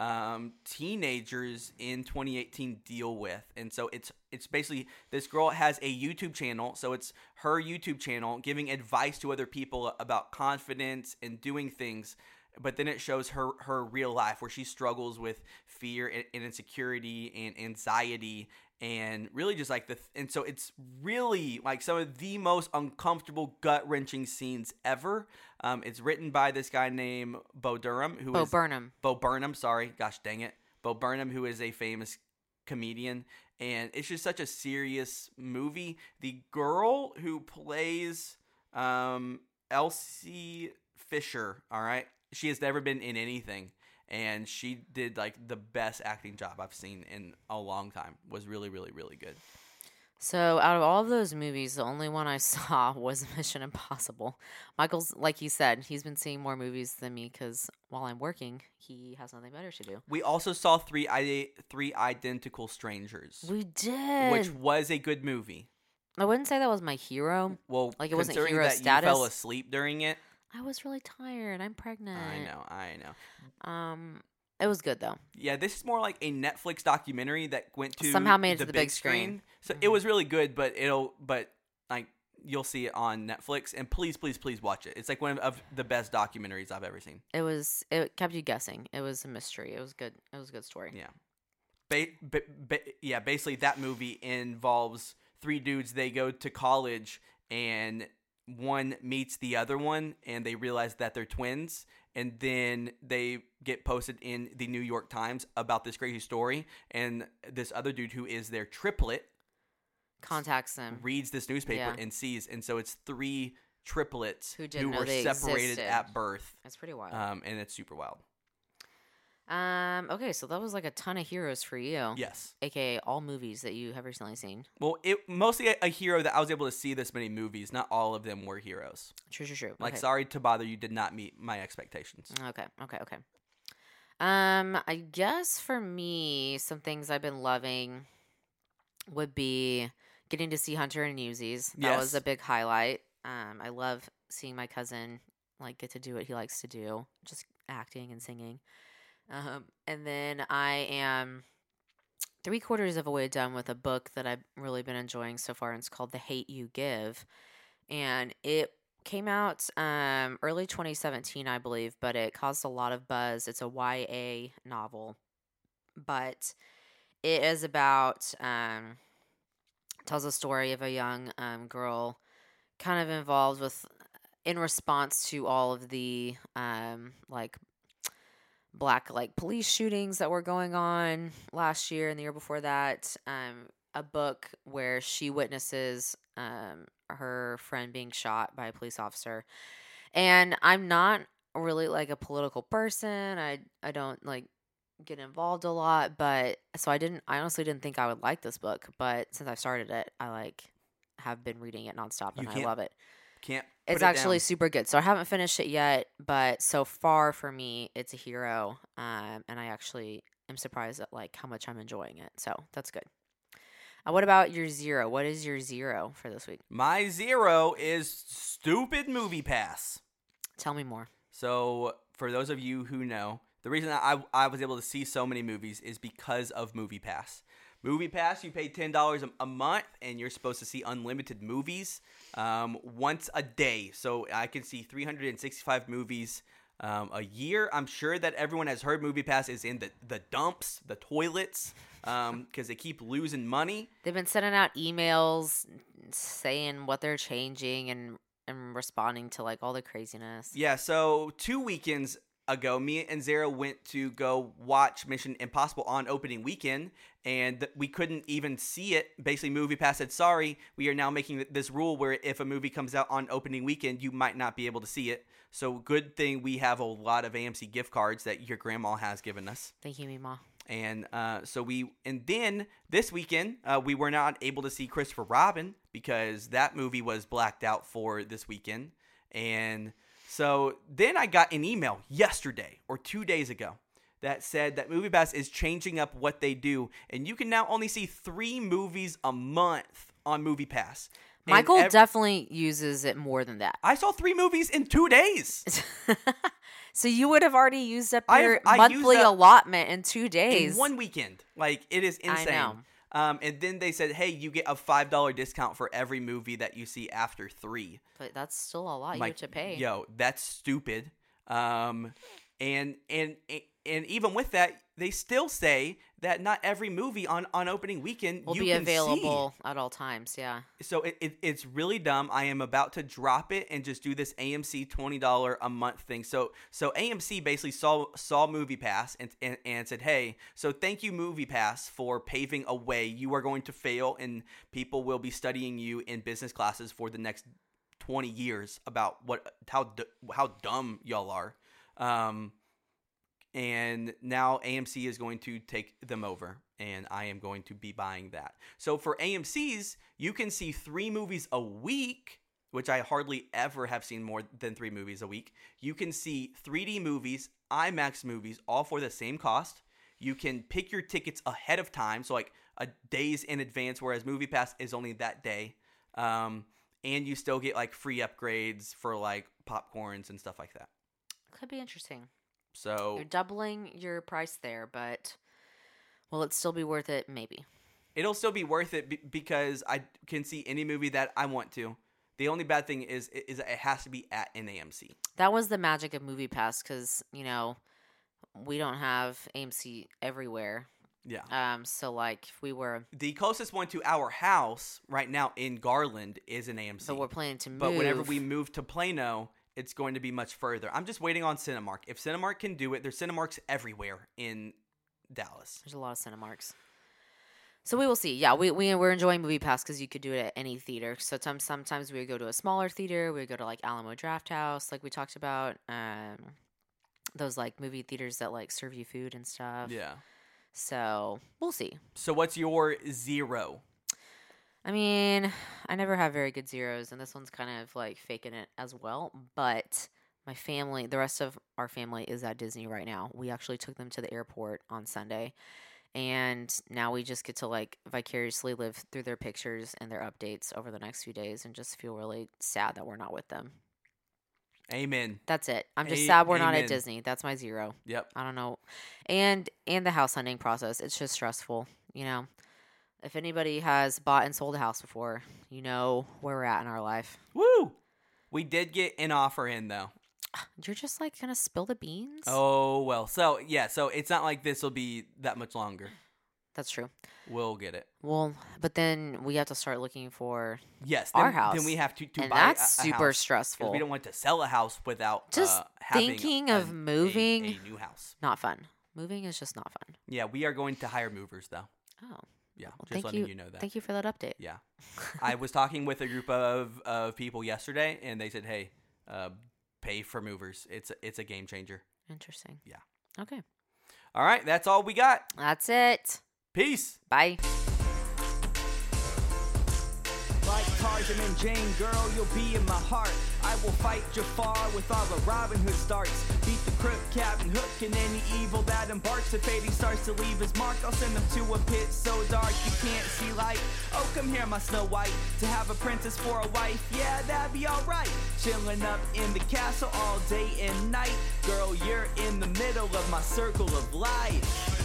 S1: um, teenagers in 2018 deal with and so it's it's basically this girl has a youtube channel so it's her youtube channel giving advice to other people about confidence and doing things but then it shows her her real life where she struggles with fear and, and insecurity and anxiety and really just like the th- and so it's really like some of the most uncomfortable gut wrenching scenes ever um, it's written by this guy named bo durham who
S2: Bo
S1: is-
S2: Burnham.
S1: Bo Burnham, sorry, gosh dang it, Bo Burnham, who is a famous comedian, and it's just such a serious movie. The girl who plays um, Elsie Fisher, all right, she has never been in anything, and she did like the best acting job I've seen in a long time. Was really, really, really good.
S2: So, out of all of those movies, the only one I saw was Mission Impossible. Michael's, like he said, he's been seeing more movies than me because while I'm working, he has nothing better to do.
S1: We also saw three I- three identical strangers,
S2: We did.
S1: which was a good movie.
S2: I wouldn't say that was my hero.
S1: Well,
S2: Like, it wasn't
S1: considering
S2: hero
S1: that you fell
S2: status.
S1: asleep during it.
S2: I was really tired. I'm pregnant.
S1: I know, I know.
S2: Um, it was good though.
S1: Yeah, this is more like a Netflix documentary that went to
S2: Somehow made it to the big screen. Mm-hmm.
S1: So it was really good, but it'll but like you'll see it on Netflix and please please please watch it. It's like one of, of the best documentaries I've ever seen.
S2: It was. It kept you guessing. It was a mystery. It was good. It was a good story.
S1: Yeah. Ba- ba- ba- yeah, basically that movie involves three dudes they go to college and one meets the other one and they realize that they're twins and then they get posted in the New York Times about this crazy story and this other dude who is their triplet
S2: Contacts them.
S1: reads this newspaper
S2: Yeah.
S1: and sees and so it's three triplets
S2: Who didn't know
S1: were
S2: they
S1: separated
S2: existed.
S1: at birth
S2: That's pretty wild.
S1: um, and it's super wild.
S2: um. Okay. So that was like a ton of heroes for you.
S1: Yes.
S2: AKA all movies that you have recently seen.
S1: Well, it mostly a, a hero that I was able to see this many movies. Not all of them were heroes.
S2: True. True. True.
S1: Like,
S2: okay. Mm.
S1: sorry to bother you, did not meet my expectations.
S2: Okay. Okay. Okay. Um. I guess for me, some things I've been loving would be getting to see Hunter and Newsies. That was
S1: Yes.
S2: a big highlight. Um. I love seeing my cousin like get to do what he likes to do, just acting and singing. Um. And then I am three quarters of a way done with a book that I've really been enjoying so far. And it's called The Hate You Give, and it came out um, early 2017, I believe, but it caused a lot of buzz. It's a YA novel, but it is about um, tells a story of a young um, girl, kind of involved with in response to all of the um, like black like police shootings that were going on last year and the year before that. Um, a book where she witnesses um, her friend being shot by a police officer, and I'm not really like a political person. I I don't like get involved a lot, but so I didn't. I honestly didn't think I would like this book, but since I started it, I like have been reading it nonstop,
S1: You
S2: and I
S1: can't
S2: love it.
S1: Can't. put
S2: It's
S1: it
S2: actually
S1: down.
S2: super good. So I haven't finished it yet, but so far for me, it's a hero. Um, and I actually am surprised at like how much I'm enjoying it. So that's good. Uh, what about your zero? What is your zero for this week?
S1: My zero is stupid movie pass.
S2: Tell me more.
S1: So, for those of you who know, the reason I, I was able to see so many movies is because of Movie Pass. Movie Pass, you pay ten dollars a month, and you're supposed to see unlimited movies um, once a day. So I can see 365 movies um, a year. I'm sure that everyone has heard Movie Pass is in the, the dumps, the toilets, because they keep losing money.
S2: They've been sending out emails saying what they're changing and and responding to like all the craziness.
S1: Yeah, so two weekends ago, me and Zara went to go watch Mission Impossible on opening weekend, and th- we couldn't even see it. Basically, Movie Pass said, "Sorry, we are now making th- this rule where if a movie comes out on opening weekend, you might not be able to see it." So, good thing we have a lot of AMC gift cards that your grandma has given us
S2: Thank you, Mima.
S1: and uh, so we and then this weekend uh, we were not able to see christopher robin because that movie was blacked out for this weekend and so then i got an email yesterday or two days ago that said that movie pass is changing up what they do and you can now only see three movies a month on movie pass And
S2: Michael
S1: ev-
S2: definitely uses it more than that.
S1: i saw three movies in two days
S2: So you would have already used up
S1: I've-
S2: your
S1: I used
S2: monthly
S1: up-
S2: allotment in two days.
S1: in one weekend. Like it is
S2: I
S1: insane.
S2: know.
S1: Um, and then they said, "Hey, you get a five dollar discount for every movie that you see after three.
S2: but that's still a lot you
S1: Like,
S2: have to pay.
S1: yo, that's stupid. Um, and and and even with that, they still say that not every movie on on opening weekend
S2: Will
S1: you
S2: be
S1: can see.
S2: available at all times. Yeah.
S1: So it, it, it's really dumb. I am about to drop it and just do this AMC twenty dollar a month thing. So so AMC basically saw saw Movie Pass and, and and said, hey, so thank you Movie Pass for paving a way. You are going to fail, and people will be studying you in business classes for the next twenty years about what how d- how dumb y'all are. Um, and now AMC is going to take them over, and I am going to be buying that. So for AMC's, you can see three movies a week, which I hardly ever have seen more than three movies a week. You can see 3D movies, IMAX movies, all for the same cost. You can pick your tickets ahead of time, so like a days in advance, whereas MoviePass is only that day. Um, and you still get like free upgrades for like popcorns and stuff like that.
S2: Could be interesting.
S1: So
S2: You're doubling your price there, but will it still be worth it? Maybe.
S1: it'll still be worth it be- because I can see any movie that I want to. The only bad thing is is that it has to be at an AMC.
S2: That was the magic of Movie Pass because, you know, we don't have AMC everywhere.
S1: Yeah.
S2: Um, so like if we were
S1: The closest one to our house right now in Garland is an AMC.
S2: so we're planning to move
S1: but whenever we move to Plano, it's going to be much further. I'm just waiting on Cinemark. If Cinemark can do it, there's Cinemarks everywhere in Dallas.
S2: There's a lot of Cinemarks. So we will see. Yeah, we, we we're enjoying Movie Pass because you could do it at any theater. So some sometimes we would go to a smaller theater. We would go to like Alamo Draft House, like we talked about. Um, those like movie theaters that like serve you food and stuff.
S1: Yeah.
S2: So we'll see.
S1: So what's your zero?
S2: I mean, I never have very good zeros, and this one's kind of like faking it as well. But my family, the rest of our family is at Disney right now. We actually took them to the airport on Sunday, and now we just get to like vicariously live through their pictures and their updates over the next few days and just feel really sad that we're not with them.
S1: Amen.
S2: That's it. I'm just
S1: A-
S2: sad we're not
S1: amen.
S2: at Disney. That's my zero.
S1: Yep.
S2: I don't know. And and the house hunting process, it's just stressful, you know. If anybody has bought and sold a house before, you know where we're at in our life.
S1: Woo. We did get an offer in though.
S2: You're just like gonna spill the beans.
S1: Oh well. So yeah, so it's not like this will be that much longer.
S2: That's true.
S1: We'll get it.
S2: Well, but then we have to start looking for
S1: Yes, then,
S2: Our house.
S1: Then we have to, to
S2: and
S1: buy
S2: that's
S1: a, a
S2: super
S1: house, 'cause
S2: stressful.
S1: We don't want to sell a house without
S2: Just
S1: uh, having
S2: thinking
S1: a-
S2: of
S1: a-
S2: moving.
S1: a, new house.
S2: not fun. Moving is just not fun.
S1: Yeah, we are going to hire movers though.
S2: Oh.
S1: Yeah,
S2: Well,
S1: just
S2: thank
S1: letting
S2: you,
S1: you, know that.
S2: Thank you for that update.
S1: Yeah, I was talking with a group of of people yesterday, and they said, "Hey, uh, pay for movers. It's a, it's a game changer."
S2: Interesting.
S1: Yeah.
S2: Okay.
S1: All right, that's all we got.
S2: That's it.
S1: Peace.
S2: Bye.
S3: Like Tarzan and Jane, girl, you'll be in my heart. I will fight Jafar with all of Robin Hood's darts. Beat the crook, Captain Hook, and any evil that embarks. If fate he starts to leave his mark, I'll send him to a pit so dark you can't see light. Oh, come here, my Snow White, to have a princess for a wife. Yeah, that'd be alright. Chilling up in the castle all day and night. Girl, you're in the middle of my circle of life.